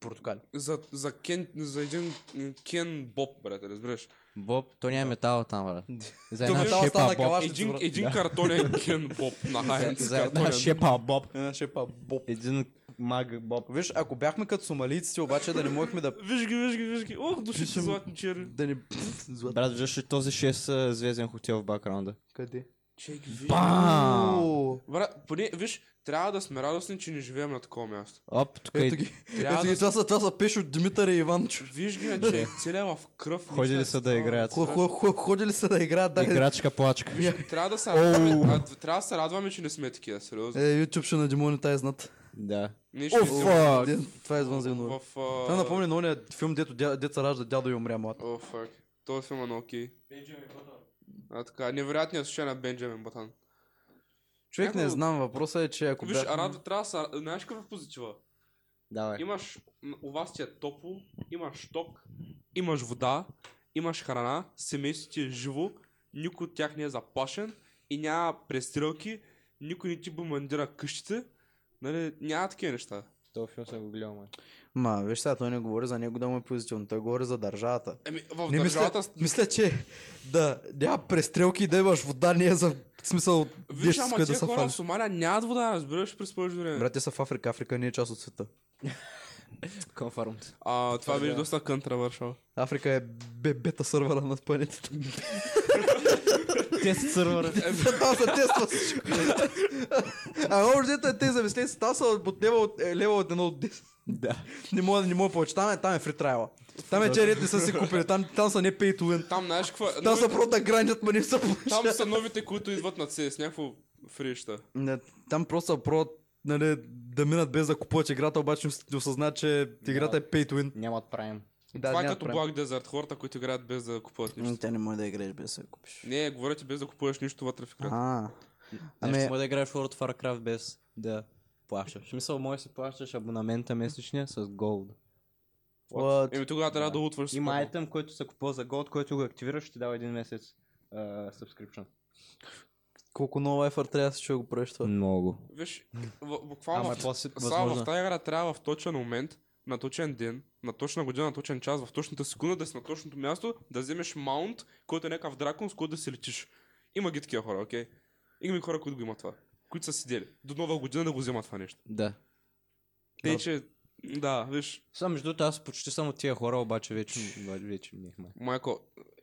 S2: Португалия.
S3: за, за, кен, за един м, кен боб, брат, разбираш.
S6: Боб, то няма метал там, брат. За една
S2: метал
S6: шепа
S2: стана
S6: боб.
S2: калаш. Аз ще ти
S3: Един,
S2: врат-
S3: един картонен кен боб на
S6: За,
S3: Хайнц.
S6: за
S2: е
S6: една шепа боб.
S2: Една шепа е боб.
S6: Един маг боб.
S2: Виж, ако бяхме като сомалийците, обаче да не можехме да...
S3: Виж ги, виж ги, виж ги. Ох, души си златни черви.
S2: да не...
S6: Брат, виждаш ли този 6 звезден хотел в бакграунда?
S2: Къде?
S3: Чек, виж.
S6: Бам!
S2: О,
S3: Брат, поне, виж, трябва да сме радостни, че не живеем на такова място.
S6: Оп, тук
S2: Ето
S6: е...
S2: ги.
S3: Трябва
S2: Ето
S3: да
S2: ги, това са, това са пеш от Димитър и Иванчо.
S3: Виж ги, на че целя в кръв.
S6: Ходили Е. са да играят.
S2: Хо- хо- хо- Ходили са да играят, да.
S6: Играчка плачка.
S3: Виж, Трябва да се радваме, а, трябва да се радваме, че не сме такива,
S2: Е,
S3: сериозно.
S2: YouTube ще надимони тази знат.
S6: Да.
S3: Ние ще
S2: О,
S3: излезем
S2: фак. Това е извън
S3: в...
S2: земно.
S3: а,
S2: Това напомня на ония филм, дето дя- дето се ражда дядо и умря млад.
S3: О, фак. Този филм е на окей.
S4: Бенджамин Бътън.
S3: А така, невероятният случай на Бенджамин Батан.
S2: Човек не
S3: Някакво-
S2: знам, въпросът е, че ако
S3: Виж, а
S2: бях...
S3: радва трябва да се... Знаеш какъв е позитива?
S2: Е.
S6: Давай.
S3: Имаш... м, У вас ти е топло, имаш ток, имаш вода, имаш храна, семейството ти е живо, никой от тях не е заплашен и няма престрелки, никой не ти бомбандира къщите. Нали, няма такива неща.
S7: Този филм съм го гледал, май.
S2: Ма, виж сега, той не говори за него да му е позитивно, той говори за държавата.
S3: Еми, в
S2: Не мисля,
S3: държавата...
S2: мисля, че да няма престрелки и да имаш вода, не е за смисъл
S3: Виж,
S2: виж с
S3: ама
S2: кое да
S3: тия
S2: са
S3: хора в
S2: фалиш.
S3: Сомалия нямат вода, разбираш през повечето време.
S2: Брат, те са в Африка, Африка не е част от света.
S6: Конфармт.
S3: А, това
S2: е
S3: беше доста контравършал.
S2: Африка е бебета сървъра на планетата.
S6: Тест сървъра.
S3: Е,
S2: [LAUGHS] Там се тества всичко. А общо дето е те зависли, там са от лева от, е, лева от едно от 10.
S6: Да.
S2: Не мога, не мога повече. Там е, там е фри трайла. Там
S3: Значи-
S2: е, че ред не са си купили. Там, там са не pay to win.
S3: Там, знаеш какво е?
S2: Там са
S3: Новите-
S2: просто да грандят, ма не са
S3: Там
S2: повече.
S3: са новите, които идват на CS, някакво фрища.
S2: Не, Там просто са про нали, да минат без да купуват играта, обаче не осъзнат, че играта е pay to win.
S7: Нямат прайм.
S2: Да,
S3: Това е
S2: нямат
S3: като
S2: проблем.
S3: Black Desert, хората, които играят без да купуват нищо.
S2: Ами, Тя не може да играеш без да я купиш.
S3: Не, говоря ти без да купуваш нищо вътре в играта.
S2: А,
S6: Ами...
S2: ами,
S6: Ще може да играеш World of Warcraft без да плащаш. В смисъл, може да си плащаш абонамента месечния с голд.
S2: what?
S3: Еми тогава трябва да лутваш с
S7: Има
S3: първо.
S7: айтем, който се купува за голд, който го активираш, ще ти дава един месец uh, subscription.
S2: колко много ефър трябва да се чуе го правиш това?
S6: Много.
S3: Виж, в- буквално
S7: Ама
S3: в-
S7: това си
S3: само в
S7: възможно.
S3: тази игра трябва в точен момент, на точен ден, на точна година, на точен час, в точната секунда да си на точното място, да вземеш маунт, който е някакъв дракон, с който да се летиш. Има ги такива хора, окей? Има и хора, които го имат това. Които са седели. До нова година да го вземат това нещо.
S6: Да.
S3: Те, че... Да, виж,
S6: Само между другото, аз почти съм от тия хора, обаче вече, вече не май.
S3: Майко,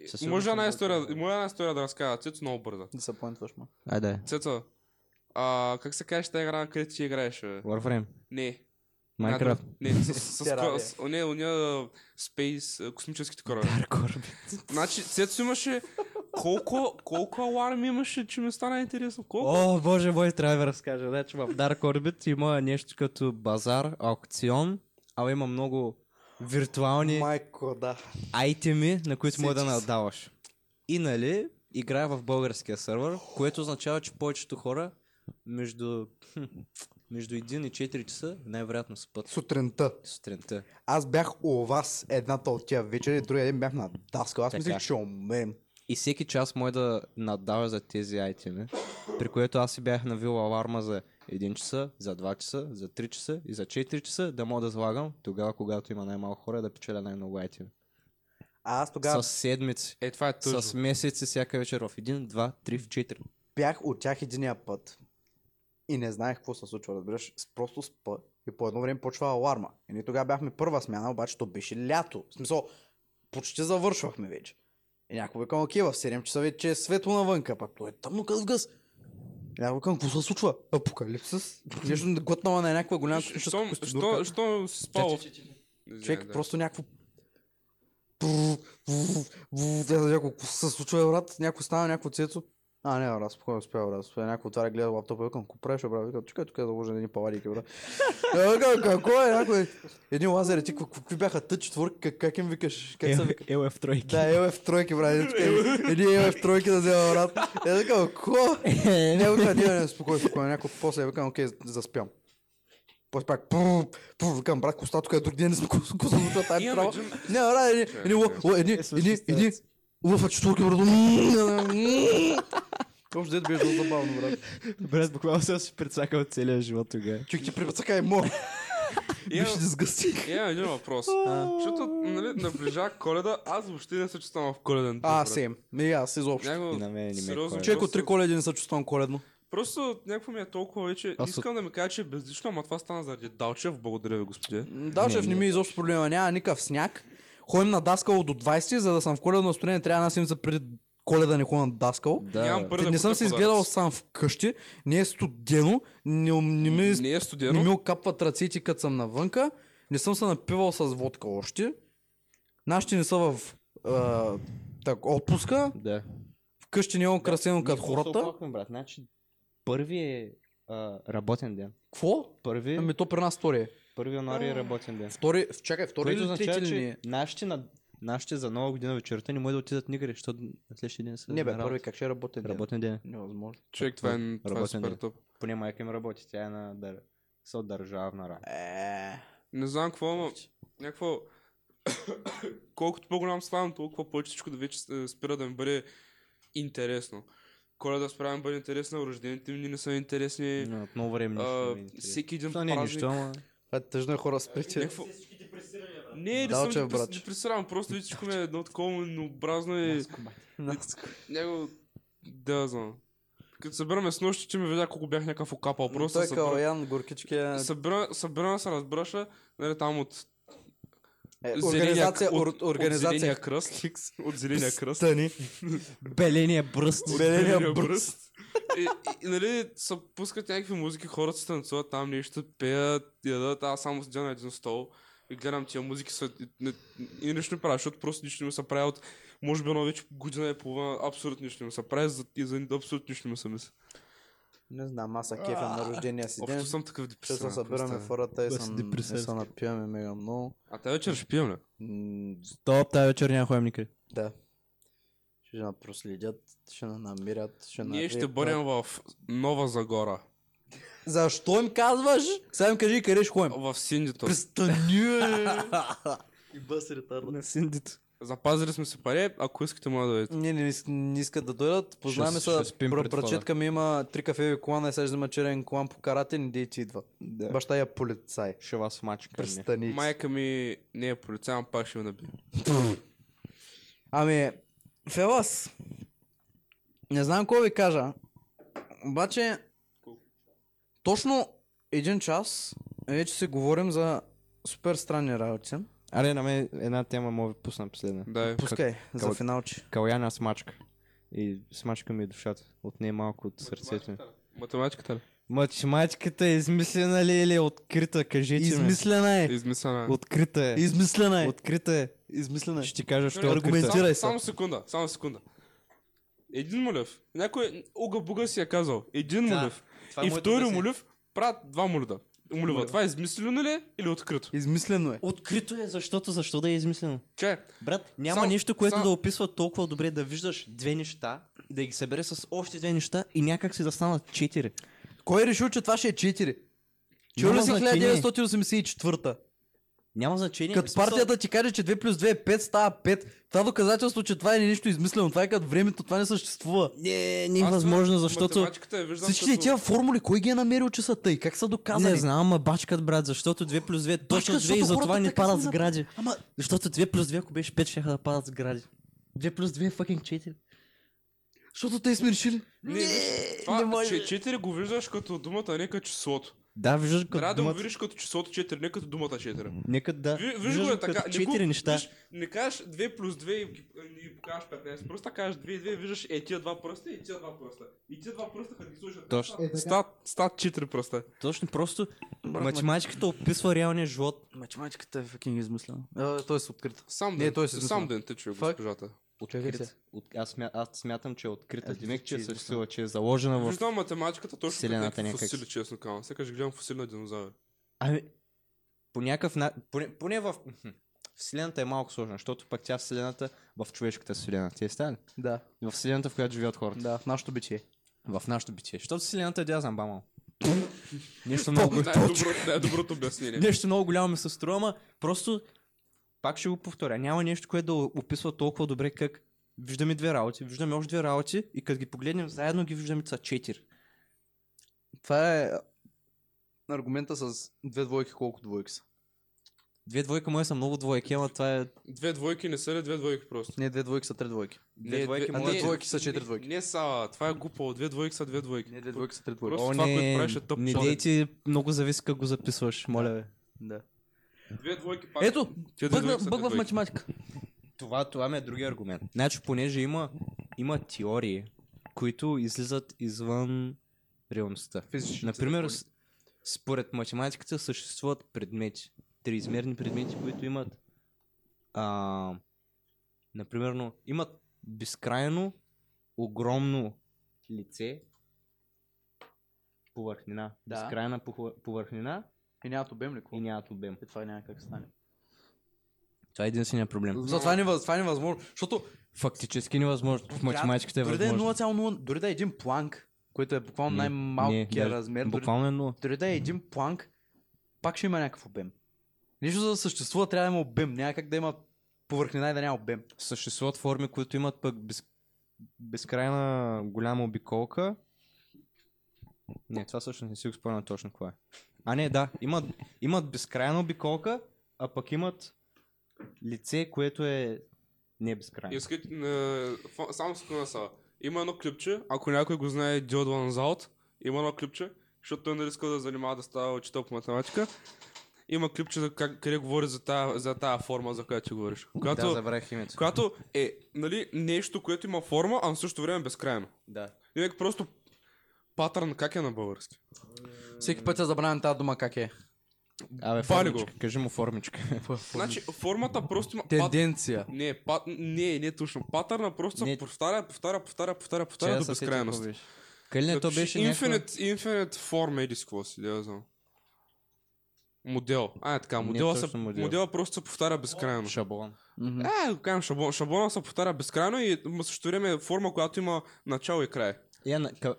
S6: Със сигурност
S3: може
S6: съм
S3: една
S6: го
S3: история,
S6: чувал.
S3: може една история да разкажа. Цецо е много бърза.
S2: Да се поинтваш, ма.
S6: Айде.
S3: Цецо, а, как се казваш тази игра, където ти играеш? бе?
S6: Warframe.
S3: Не.
S6: Minecraft.
S3: Една друга- Не, с, с, с,
S2: Терария.
S3: с, с ония, ония спейс, а, космическите кораби. Значи, Цецо имаше... Колко, колко аларми имаше, че ми стана интересно? Колко?
S6: О, боже мой, трябва да ви разкажа. Значи в Dark Orbit има нещо като базар, аукцион, а има много виртуални
S2: Майко, да.
S6: айтеми, на които може да
S2: Сетих се.
S6: надаваш. И нали, играе в българския сервер, което означава, че повечето хора между, хм, между 1 и 4 часа най-вероятно спът
S2: Сутринта.
S6: сутринта.
S2: Аз бях у вас едната от тия вечер и другия ден бях на даска. Аз
S6: Така.
S2: мислих, че умем.
S6: И всеки час може да надава за тези айтеми, при което аз си бях навил аларма за 1 часа, за 2 часа, за 3 часа и за 4 часа, да мога да слагам тогава, когато има най-малко хора, да печеля най-много айтеми.
S2: А аз тогава
S6: С седмици,
S3: Е, това е тъжно.
S6: с месеци, всяка вечер в 1, 2, 3, в 4.
S2: бях от тях единия път. И не знаех какво се случва, разбираш. С- Просто спа. И по едно време почва аларма. И ние тогава бяхме първа смяна, обаче то беше лято. В смисъл, почти завършвахме вече. И някой викам, окей, в 7 часа вече е светло навънка, пък то е тъмно къс гъс. И някой викам, какво се случва? Апокалипсис? Нещо не глътнала на някаква голяма
S3: Щ-
S2: космическа
S3: Щом,
S2: костенурка.
S3: що, що си спал? в- Не
S2: Човек,
S3: знам, да.
S2: просто някакво... Пф, пф, пф, те са Няколко се случва, брат, някой става, някой цецо. А, не, брат, спокойно успя, брат. Успя, някой отваря, гледа лаптопа, викам, какво правиш, бе, брат? Викам, чакай, тук е заложен едни паладики, брат. Е, Викам, какво е, някой? Един лазер, и ти, какво- какви бяха тъ четворки, как, как им викаш? Как
S1: Е.
S2: се вика?
S6: ЛФ тройки.
S2: Да, ЕЛФ тройки, брат. Един такъв- Един ЕЛФ е тройки да взема, брат. Е, така, какво?
S6: е,
S2: Е, Не, викам, не, не, спокойно, спокойно. е Някой после викам, окей, заспям. После пак, пу, пу, викам, брат, коста тук е друг ден, не сме космота тази
S3: Имам
S2: трава.
S3: един-
S2: Не, брат, едни, едни, ло- едни, едни, едни, лъфа четворки, брат. Общо дед беше много забавно, брат.
S6: Брат, буквално съм си прецакал целия живот тогава.
S2: Чук ти припацака и мор. Беше
S3: Имам-
S2: дисгъстинг.
S3: Имам един въпрос. Защото, нали, наближа коледа, аз въобще не се чувствам в коледен. дух,
S2: А,
S3: брат.
S2: сейм. И аз изобщо.
S3: Някакво
S6: И на мен не ми е
S3: сериозно
S6: коледа.
S2: Човек от
S3: просто-
S2: три коледи не се чувствам коледно.
S3: Просто някакво ми е толкова вече.
S6: Аз от-
S3: Искам да ми кажа, че е безлично, ама това стана заради Далчев. Благодаря ви, господи.
S2: Далчев не ми е изобщо проблема. Няма никакъв сняг. Ходим на даскало до 20, за да съм в коледно настроение, трябва да седмица преди
S5: коледа не ходя на даскал.
S6: Да.
S3: Нямам пари да
S5: Е, не съм
S3: купя
S5: се
S3: подаръци.
S5: изгледал сам вкъщи, не е студено, не, не ми
S3: Не е
S5: не
S3: студено.
S5: ми окапват ръцете, като съм навънка. Не съм се напивал с водка още. Нашите не са в а, так, отпуска.
S6: Да.
S5: Вкъщи не е украсено като хората.
S6: Оплаквам, брат. Значи, първи е а, работен ден.
S5: Какво?
S6: Първи,
S5: Ами то при нас втори е.
S6: 1 януари е работен ден.
S5: Втори, чакай, втори
S6: Което
S5: или
S6: означава,
S5: трети ли е?
S6: че
S5: не?
S6: нашите, на, нашите за нова година вечерта не могат да отидат никъде, защото на следващия ден са
S5: Не бе,
S6: на работа.
S5: първи как ще работи?
S6: Работен ден.
S5: Невъзможно.
S3: Човек, това е, това е
S6: Работен
S3: супер
S6: ден.
S3: топ.
S6: Поне майка им работи, тя е на дър... са държавна работа.
S5: Е,
S3: Не знам какво, но някакво... [COUGHS] Колкото по-голям ставам, толкова повече всичко да вече е, спира да ми бъде интересно. Коледа спря да ми бъде интересна, рождените ми не са интересни.
S6: Но от много време
S3: а,
S6: нищо не е интересно.
S3: всеки един
S6: Това не е
S3: празник.
S6: нищо, ама...
S2: Това е тъжно е хора, спрете.
S3: Някакво...
S4: Всички депресирани, брат.
S3: Не, не
S2: Да,
S3: съм
S2: че,
S3: депрес...
S2: братче.
S3: депресиран, просто виж, всичко ми е едно такова необразно и някакво... Да, знам. Като събираме с нощи, че ми видя колко бях някакъв окапал.
S5: е
S3: Просто
S2: Той е
S3: се събра-
S2: Калаян Горкички е...
S3: Събра, събрана се разбраша, нали там от
S2: е,
S3: зеления
S2: Организация,
S3: к- от- От
S2: ор-
S3: зеления
S2: организация.
S3: кръст. От зеления кръст.
S2: Стани.
S6: Беления бръст.
S3: От
S2: Беления бръст.
S3: [LAUGHS] И, и, нали, са пускат някакви музики, хората се танцуват там, нещо пеят, ядат, аз само седя на един стол и гледам тия музики са, и, не- и нищо не правя, защото просто нищо не ми се прави от, може би едно вече година и половина, абсолютно нищо не ми се прави за- и за абсолютно нищо не ми се мисля.
S2: Не знам, аз са кефя на рождения си ден.
S3: Общо съм такъв
S2: Ще
S3: депресивен.
S2: се събираме
S3: представя.
S2: в хората и
S6: Аз
S2: съм- и
S6: депресивски.
S2: се напиваме мега много.
S3: А тази вечер ще пием ли?
S2: М,
S6: Стоп, тази вечер няма ходим никъде.
S2: Да. Ще на проследят, ще на намирят, ще на...
S3: Ние ще бъдем в Нова Загора.
S2: Защо им казваш? Сега им кажи къде ще ходим.
S3: В Синдито.
S2: Престани, [LAUGHS] И бъс ретарда.
S6: На синдито.
S3: Запазили сме си пари, ако искате може да дойдете.
S2: Не, не, иск- не искат да дойдат. Познаваме
S6: Ще-
S2: се,
S6: ще спим
S2: бра-
S6: пред входа.
S2: братчетка ми има три кафеви колана и сега ще взема черен колан по карате, не дей ти идва.
S6: Да.
S2: Баща я полицай.
S6: Ще вас мачка.
S2: Престани.
S3: Майка ми не е полицай, ама пак ще ме набие.
S5: Ами, Фелас, не знам какво ви кажа, обаче точно един час вече си говорим за супер странни работи.
S6: Аре, на мен една тема мога да ви пусна последна.
S3: Да,
S5: Пускай, за
S6: кал-
S5: финалче.
S6: Каляна смачка. И смачка ми е душата. Отне малко от сърцето ми.
S3: математиката ли?
S6: Математиката е измислена ли или е открита? Кажете ми.
S5: Измислена е,
S3: Измислена. е.
S6: Открита е.
S5: измислена е,
S6: Открита е.
S5: измислена е.
S6: Ще ти кажа, що е
S3: Чакай,
S6: открита.
S5: аргументирай се.
S3: Само, само секунда, само секунда. Един молев. Някой уга-буга си е казал. Един
S6: Да,
S3: молев.
S6: Това е
S3: И
S6: моето
S3: втори
S6: обяснение.
S3: молев правят два молева. Молева. Това е измислено ли е или открито?
S5: Измислено е.
S6: Открито е, защото защо да е измислено?
S3: Че,
S6: Брат, няма
S3: Само-
S6: нищо, което
S3: само-
S6: да описва толкова добре да виждаш две неща, да ги събере с още две неща и някак си да станат четири.
S5: Кой е решил, че това ще е 4? Чува ли
S6: Няма
S5: си
S6: значение.
S5: 1984-та?
S6: Няма значение. в
S5: Като
S6: смисъл-
S5: партията ти каже, че 2 плюс 2 е 5, става 5. Това доказателство, че това е нещо измислено. Това е като времето, това не съществува.
S6: Не, не е
S3: аз това-
S6: възможно, защото...
S3: математиката я виждам
S5: Всичките
S3: като-
S5: тия формули, кой ги е намерил, че са тъй? Как са доказани?
S6: Не знам, ама бачкат, брат, защото 2 плюс 2 е точно 2 и
S5: защото
S6: затова
S5: хората
S6: не
S5: така
S6: падат
S5: са
S6: сгради.
S5: Ама,
S6: Защото 2 плюс 2, ако беше 5, ще да падат сгради. 2 плюс 2 е fucking 4.
S5: защото те сме решили.
S3: Не, виж, това, не може. Че, четири го виждаш като думата, а не като числото.
S6: Да, виждаш
S3: Трябва
S6: като
S3: да го
S6: думата.
S3: видиш като числото 4, не като думата 4.
S6: Нека да.
S3: Ви- Виж го е така. не го-
S6: Четири неща.
S3: Виж, не кажеш 2 плюс 2 и ги- и ги покажеш 15. Просто така кажеш 2 и 2 и виждаш е тия два пръста и тия два пръста. И тия два пръста, като ги слушат.
S6: Точно.
S3: Стат, стат 4 пръста.
S6: Точно, просто математиката описва реалния живот.
S5: Математиката е факинг измислена. А, той е открита.
S3: Сам
S5: Не,
S3: ден,
S5: той
S3: той
S5: се измисля.
S3: сам ден те чуя
S5: Фак.
S3: госпожата.
S6: Открит. От, аз, смя, аз смятам, че е открита.
S5: Аз
S6: Димек,
S5: мисля,
S6: че е
S5: че е
S6: съществува, че е заложена в...
S3: Виждам математиката точно като
S6: Вселената
S3: някакви
S6: някак.
S3: фосили, честно казвам. Сега ще гледам фосил на динозавър.
S6: Ами, по някакъв начин... Поне, поне в... Вселената е малко сложна, защото пък тя Вселената в човешката Вселена. Ти е стали?
S5: Да,
S6: В Вселената, в която живеят хората.
S5: да, в нашото битие.
S6: В нашото битие. Защото Вселената е дязан бамал. Нещо много,
S3: Най-добро- Най-доброто обяснение.
S6: нещо много голямо ми се струва, ама просто пак ще го повторя. Няма нещо, което да описва толкова добре как виждаме две работи, виждаме още две работи и като ги погледнем заедно ги виждаме, че са четири.
S5: Това е аргумента с две двойки, колко двойки са.
S6: Две двойка мои са много двойки, ама това е...
S3: Две двойки не са ли две двойки просто?
S5: Не, две двойки са три двойки.
S6: Две двойки
S5: а
S6: може
S5: две
S6: да-
S5: двойки са четири двойки.
S3: Не са, това е глупо. Две двойки са две двойки.
S5: Не, две двойки са три двойки.
S3: Просто
S6: О,
S3: това, което
S6: не,
S3: правиш е тъп
S6: не
S3: план.
S6: дейте, много зависи как го записваш, моля ви.
S5: Да.
S3: Две двойки пак.
S5: Ето,
S3: Тия две
S5: бъгна,
S3: двойки са
S5: бъгва в
S3: двойки.
S5: математика.
S6: Това, това ми е другия аргумент. Значи, понеже има има теории, които излизат извън реалността. Например, с- според математиката съществуват предмети, триизмерни предмети, които имат а, например, имат безкрайно огромно лице повърхнина.
S8: Да.
S6: Безкрайна похва- повърхнина
S8: И нямат обем ли какво?
S6: и нямат обем.
S8: Е, това няма как да стане.
S6: Това е единственият проблем.
S2: Затова е невъз- това е невъзможно, защото
S6: Фактически невъзможно. В математиката е
S2: дори да е
S6: възможно.
S2: 0,0, дори да е един планк, който е буквално
S6: Не,
S2: най-малкият
S6: не,
S2: размер, дори,
S6: Буквално е 0.
S2: дори да е един планк, пак ще има някакъв обем. Нещо за да съществува трябва да има обем, няма как да има повърхнина и да няма обем.
S6: Съществуват форми, които имат пък без... безкрайна голяма обиколка. Не, това всъщност не си го спомням точно какво е. А не, да, имат, имат безкрайна обиколка, а пък имат лице, което е не безкрайно.
S3: Искат, на- фо- само секунда са. Има едно клипче, ако някой го знае Дилд One Out, има едно клипче, защото той не иска да се занимава да става учител по математика. Има клипче, за как, къде говори за тая, за тая форма, за която ти говориш. Която,
S6: Да, забравих името.
S3: която е нали, нещо, което има форма, а на същото време е безкрайно.
S6: Да.
S3: И е просто патърн как е на български.
S2: Всеки път се забравям тази дума как е.
S6: Абе,
S3: Пали го.
S6: формичка, кажи му формичка. [LAUGHS]
S3: Значи формата просто има... пат-
S2: Тенденция.
S3: Не, пат... не, не точно. Патърна просто се
S6: Не.
S3: повтаря, повтаря, повтаря, повтаря, повтаря до безкрайност.
S6: Къде ли не,
S3: Да
S6: то
S3: пише
S6: беше
S3: Infinite,
S6: някаква...
S3: Infinite Form, еди си какво си, да я знам. Модел. А, е така,
S6: Не
S3: модела, се,
S6: точно модел.
S3: модела просто се повтаря безкрайно.
S6: Шаблон.
S3: Е, го кажем шаблон. Шаблона се повтаря безкрайно и м- също време е форма, която има начало и край.
S6: Я, на, ка...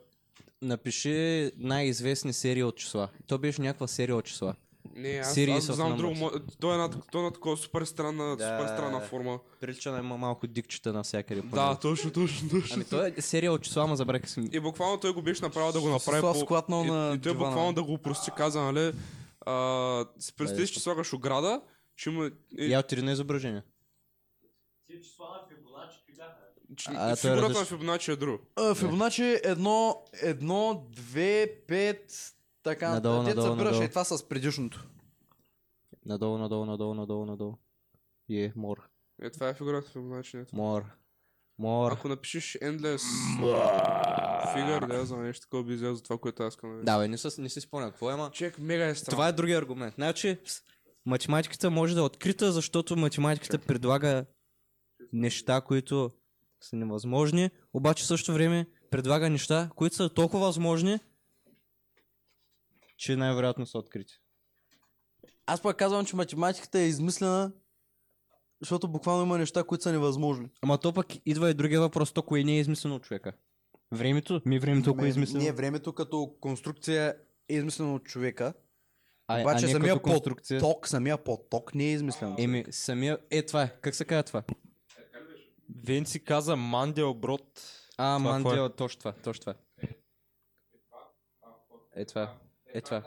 S6: Напиши най-известни серии от числа. То беше някаква серия от числа.
S3: Не, аз,
S6: Series
S3: аз
S6: of
S3: знам
S6: numbers.
S3: друго. мо- То е една, то е една такова супер странна,
S6: Да.
S3: супер странна форма.
S6: Прилича на има малко дикчета навсякъде. по
S3: Да,
S6: него.
S3: точно, точно, точно.
S6: Ами той е серия от числа, ма забравих си.
S3: И буквално той го беше направил да го направи
S2: Слав
S3: по...
S2: склатнал
S3: и,
S2: на
S3: и той
S2: дивана.
S3: буквално да го прости каза, нали... А, си представиш,
S6: Лесно.
S3: че слагаш ограда, ще има... и-
S6: Е. Я от три на изображение.
S4: Тия числа на Фибоначи какви бяха?
S3: че-
S6: а, той е
S3: Фигурата на
S6: различен.
S3: Фибоначи е друго.
S2: А, Фибоначи едно, едно, две, пет, така.
S6: Надолу,
S2: Дето
S6: надолу,
S2: събираш
S6: надолу.
S2: и това с предишното.
S6: Надолу, надолу, надолу, надолу, надолу. Е, мор.
S3: Е, това е фигурата на Фибоначи. Не.
S6: Мор. Мор.
S3: Ако напишеш Endless Figure, да, за нещо такова би излязло това, което аз искам да видя.
S6: Да, бе, не, със- не си спомня какво е, ма.
S3: Чек, мега е странно.
S6: Това е другия аргумент. Значи, с- математиката може да е открита, защото математиката предлага неща, които са невъзможни, обаче в същото време предлага неща, които са толкова възможни, че най-вероятно са открити.
S2: Аз пък казвам, че математиката е измислена, защото буквално има неща, които са невъзможни.
S6: Ама то пък идва и другия въпрос, то кое не е измислено от човека? Времето? Ми времето, ако е измислено.
S2: Ами, Ние времето като конструкция е измислено от човека,
S6: а,
S2: обаче
S6: а не
S2: самия
S6: като конструкция.
S2: поток, самия поток не е измислен.
S6: Еми, самия... Е, това е. Как се казва това?
S9: Венци каза Манделброд.
S6: А,
S9: Това какво е?
S6: мандио, точно това, точно това. Е това, е това.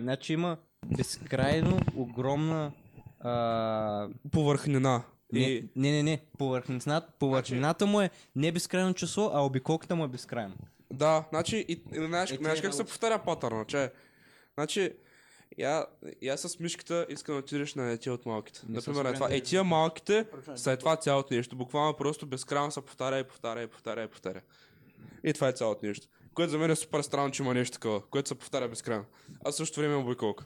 S6: Значи има безкрайно огромна... А...
S3: повърхнина.
S6: Не,
S3: И...
S6: не, не, не. Повърхнината, повърхнината му е не безкрайно число, а обиколката му е безкрайно.
S3: Да, значи, и, и, знаеш,
S6: Е, ти
S3: знаеш
S6: е
S3: как се
S6: научен.
S3: повтаря патърна, че... Значи, я, я с мишката искам да отидеш на ети от малките.
S6: Не съм
S3: Например, е
S6: сигурен
S3: това.
S6: дали
S3: Е, тия малките са е това цялото нещо. Буквално просто безкрайно се повтаря и повтаря и повтаря и повтаря. И това е цялото нещо. Което за мен е супер странно, че има нещо такова, което се повтаря безкрайно. А също време има обиколка.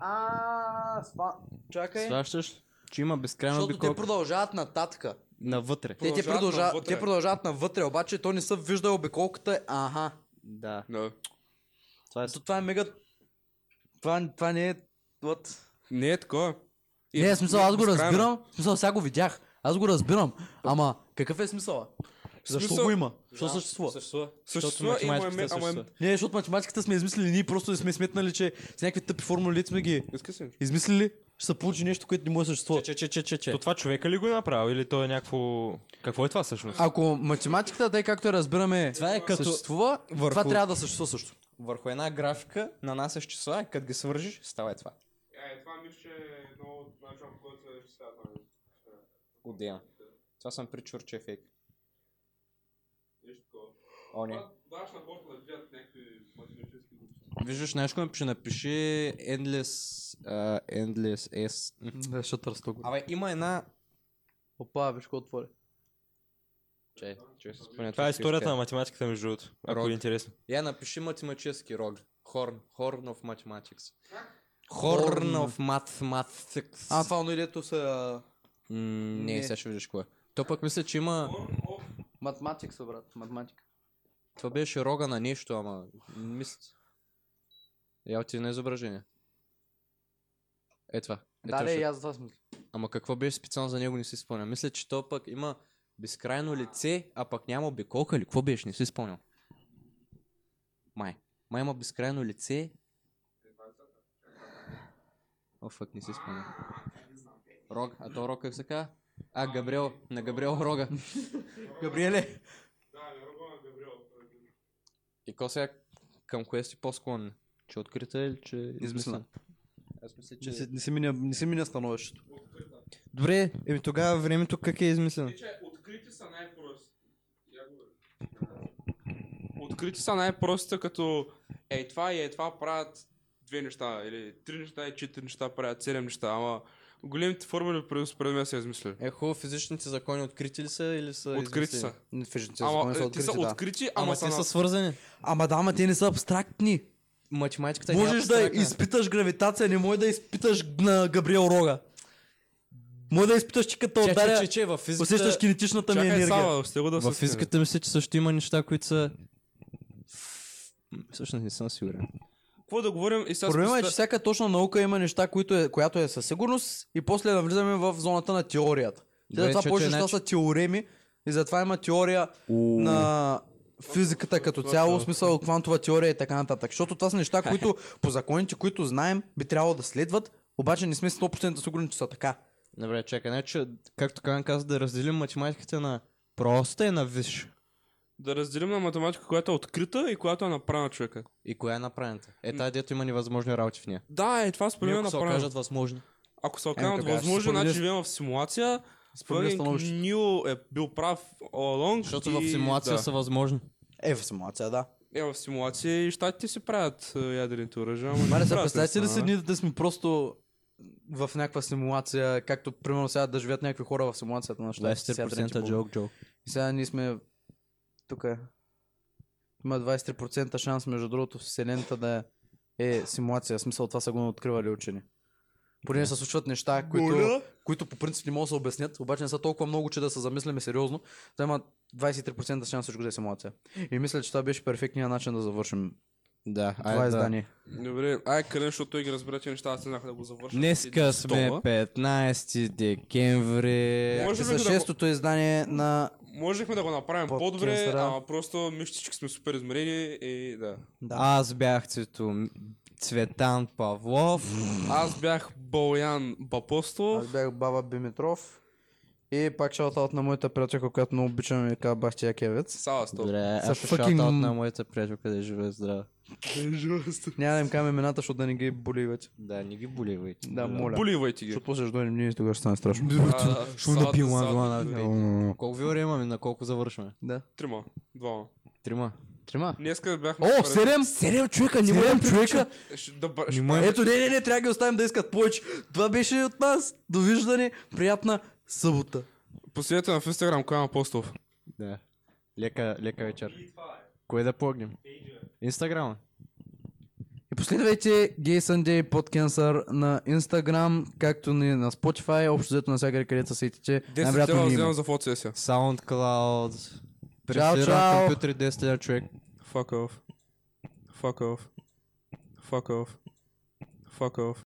S2: А, спа...
S6: Е.
S2: Чакай.
S6: Сващаш, че има безкрайно
S2: Защото те
S6: обиколка
S2: продължават нататък.
S6: навътре.
S2: Те, те,
S3: Продължават
S2: продължават,
S3: навътре.
S2: те продължават навътре, обаче то не са виждал обиколката. Аха.
S6: Да.
S3: Да.
S6: Това е...
S2: То това е мега... Това, това не е... What?
S3: Не е такова. И
S2: Не, в смисъл, аз го
S3: безкрайно.
S2: разбирам. В смисъл, сега го видях. Аз го разбирам. Ама, какъв е смисъла? Защо
S3: Смисъл-
S2: го има? Защо съществува?
S3: Съществува и му е ме-
S6: математиката
S3: ама е...
S6: съществува.
S2: Не, защото математиката сме измислили, ние просто не сме сметнали, че с някакви тъпи формули дето сме ги
S3: Иска се.
S2: измислили, ще се получи нещо, което не може да съществува.
S6: Че, че, че, че, че.
S9: То това човека ли го е направил или то е някакво... Какво е това всъщност?
S2: Ако математиката, тъй както я разбираме,
S6: Това е като-
S2: съществува,
S6: върху-
S2: това трябва да съществува също.
S6: Върху една графика нанасяш числа и като ги свържиш, става е това.
S3: Е, това мисля, че е едно от начало, който ще става това.
S6: Отделно. Това съм причур, че е фейк. О, не.
S3: Даш на хората да видят някакви математически
S6: Виждаш нещо, ще напиши Endless, uh, Endless S.
S2: Да, ще търста го.
S6: Абе, има една...
S2: Опа, виж какво отвори.
S6: Чай, чай се спомня.
S10: Това е
S6: ще
S10: историята
S6: иска.
S10: на математиката, между другото. Ако
S6: Рок.
S10: е интересно.
S6: Я напиши математически рог. Хорн. Хорн of Mathematics. Хорн of Mathematics.
S2: А, това оно и дето са...
S6: М, не,
S2: не.
S6: сега ще видиш кое. То пък мисля, че има...
S11: Математика, брат. Математика.
S6: Това беше рога на нещо, ама... Мисля... Я отиде на изображение. Е това. Е,
S11: Да, да,
S6: точно.
S11: и аз за това смисля.
S6: Ама какво беше специално за него, не си спомням. Мисля, че то пък има безкрайно лице, а пък няма обиколка или какво беше, не си спомням. Май. Май има безкрайно лице. О, фък, не си спомням. Рог, а то рог как се казва? А, Габриел, на Габриел рога. [LAUGHS]
S2: Габриеле!
S3: е
S6: И ко сега към кое си по-склонен? Че открита е или че измислена? Аз мисля, е
S12: Не си- Не си миня, не си миня становището.
S13: Добре, еми тогава времето как е измислено?
S3: Че открити са най-прости. Я го бе. Открити са най-простите, като ей това и ей това правят две неща, или три неща, и четири неща правят, седем неща, ама големите формули пред- според мен са измислили.
S6: Е, хубаво, физичните закони открити ли са или са
S3: Открити
S6: измислени?
S3: са.
S2: Фижните
S3: Ама
S2: закони са
S3: е, те са
S2: открити, да.
S3: открити,
S6: Ама
S3: ама
S6: те са
S3: са
S6: свързани.
S2: Ама да, ама те не са абстрактни.
S6: Математиката е
S2: Можеш да
S6: абстрактна.
S2: изпиташ гравитация, не може да изпиташ на Габриел Рога. Може да изпиташ, че като
S6: Чай, чай, чай,
S2: ударя,
S6: чай, във физиката...
S2: усещаш кинетичната ми
S3: Чакай,
S2: енергия.
S3: Сава, ще го да
S6: Във
S3: се стигне.
S6: физиката мисля, че също има неща, които са... М, Всъщност не съм сигурен.
S3: Какво да говорим и сега
S2: Проблема е, че
S3: спеста-
S2: всяка точна наука има неща, които е, която е със сигурност и после навлизаме в зоната на теорията. Те
S6: Добре,
S2: затова
S6: чу- чу-
S2: повече неща
S6: значи-
S2: са теореми и затова има теория на физиката като цяло, в смисъл квантова теория и така нататък. Защото това са неща, които по законите, които знаем, би трябвало да следват, обаче не сме 100% сигурни, че са така.
S6: Добре, чакай, значи, както Кан каза, да разделим математиката на проста и на виш.
S3: да разделим на математика, която е открита и която е направена от човека.
S6: И коя е направената? Е, тази дето има невъзможни работи в нея.
S3: Да, е това според
S6: Ние
S3: мен е
S6: ако се
S3: направено.
S6: окажат Ами възможни.
S3: Ако се окажат
S2: тогава ще се
S3: възможно, значи
S2: проведе-
S3: живеем в симулация.
S2: проведе становището.
S3: Нил е бил прав all along.
S6: Защото
S3: и-
S6: в симулация
S3: да.
S6: са възможни.
S2: Е, в симулация, да.
S3: Е, в симулация и щатите си правят е, ядрените оръжия. ама
S2: Маре,
S3: не
S2: сега
S3: правят
S2: представете ли
S3: наистина,
S2: си
S3: а?
S2: ние да сме просто в някаква симулация, както примерно сега да живеят някакви хора в симулацията на щатите. сега трети
S6: 20%
S2: половина.
S6: джок, джок.
S2: И сега ние сме тук. Има 23% шанс, между другото, Вселената да е симулация. В смисъл това са го откривали учени. Поне се случват неща,
S3: нали?
S2: които, които по принцип не могат да се обяснят, обаче не са толкова много, че да се замисляме сериозно. Та има 23% шанс всичко да е симулация. И мисля, че това беше перфектният начин да завършим
S6: Да,
S2: това издание.
S3: Добре, ай къде, защото той ги разбира тези неща, аз не знах да го завърша.
S6: Днеска сме
S3: Стола.
S6: 15 декември.
S3: Може би
S2: И за
S3: да го-
S2: шестото издание на...
S3: Можехме да го направим
S2: Подкаста.
S3: по-добре, ама просто мишчички сме супер измерени и да.
S6: Аз бях Цвето Цветан Павлов.
S3: Аз бях Боян Бапостов.
S2: Аз бях баба Бимитров. И пак шаутаут на моята приятелка, която много обичам и казва Бахтия Кевец.
S3: Сава стоп.
S6: Добре,
S2: Са
S6: аз
S2: fucking-
S6: fucking... на моята приятелка да живее здрава.
S2: Няма да им кажем имената, защото да не ги боли вече.
S6: Да, не ги боливайте.
S2: Да, моля.
S3: Боливайте ги.
S2: Защото после ще дойдем ние и тогава ще стане страшно.
S3: А, Савата, Савата.
S6: Колко ви е време имаме, на колко завършваме?
S3: Трима. Двама.
S6: Трима.
S2: Трима.
S3: Днеска бяхме...
S2: О,
S3: супер-
S2: седем! Седем човека, не седем човека!
S3: Ще- Да, бъ- ще-
S2: Ето, не, не, не, трябва да ги оставим да искат повече. Това беше и от нас. Довиждане, приятна събота.
S3: Последете на в Инстаграм Коян Апостов.
S6: Да. Лека, лека вечер. Кое да погнем? Инстаграма.
S2: И последвайте Gay Sunday Podcancer на Instagram, както и на Spotify, общо взето навсякъде, където се сетите.
S3: 10
S2: Най-вероятно
S3: тела
S2: ни
S3: вземам
S2: има.
S3: за фотосесия.
S6: SoundCloud.
S2: чао.
S6: Пресирам компютри 10 000 човек.
S3: Fuck off. Fuck off. Fuck off. Fuck off.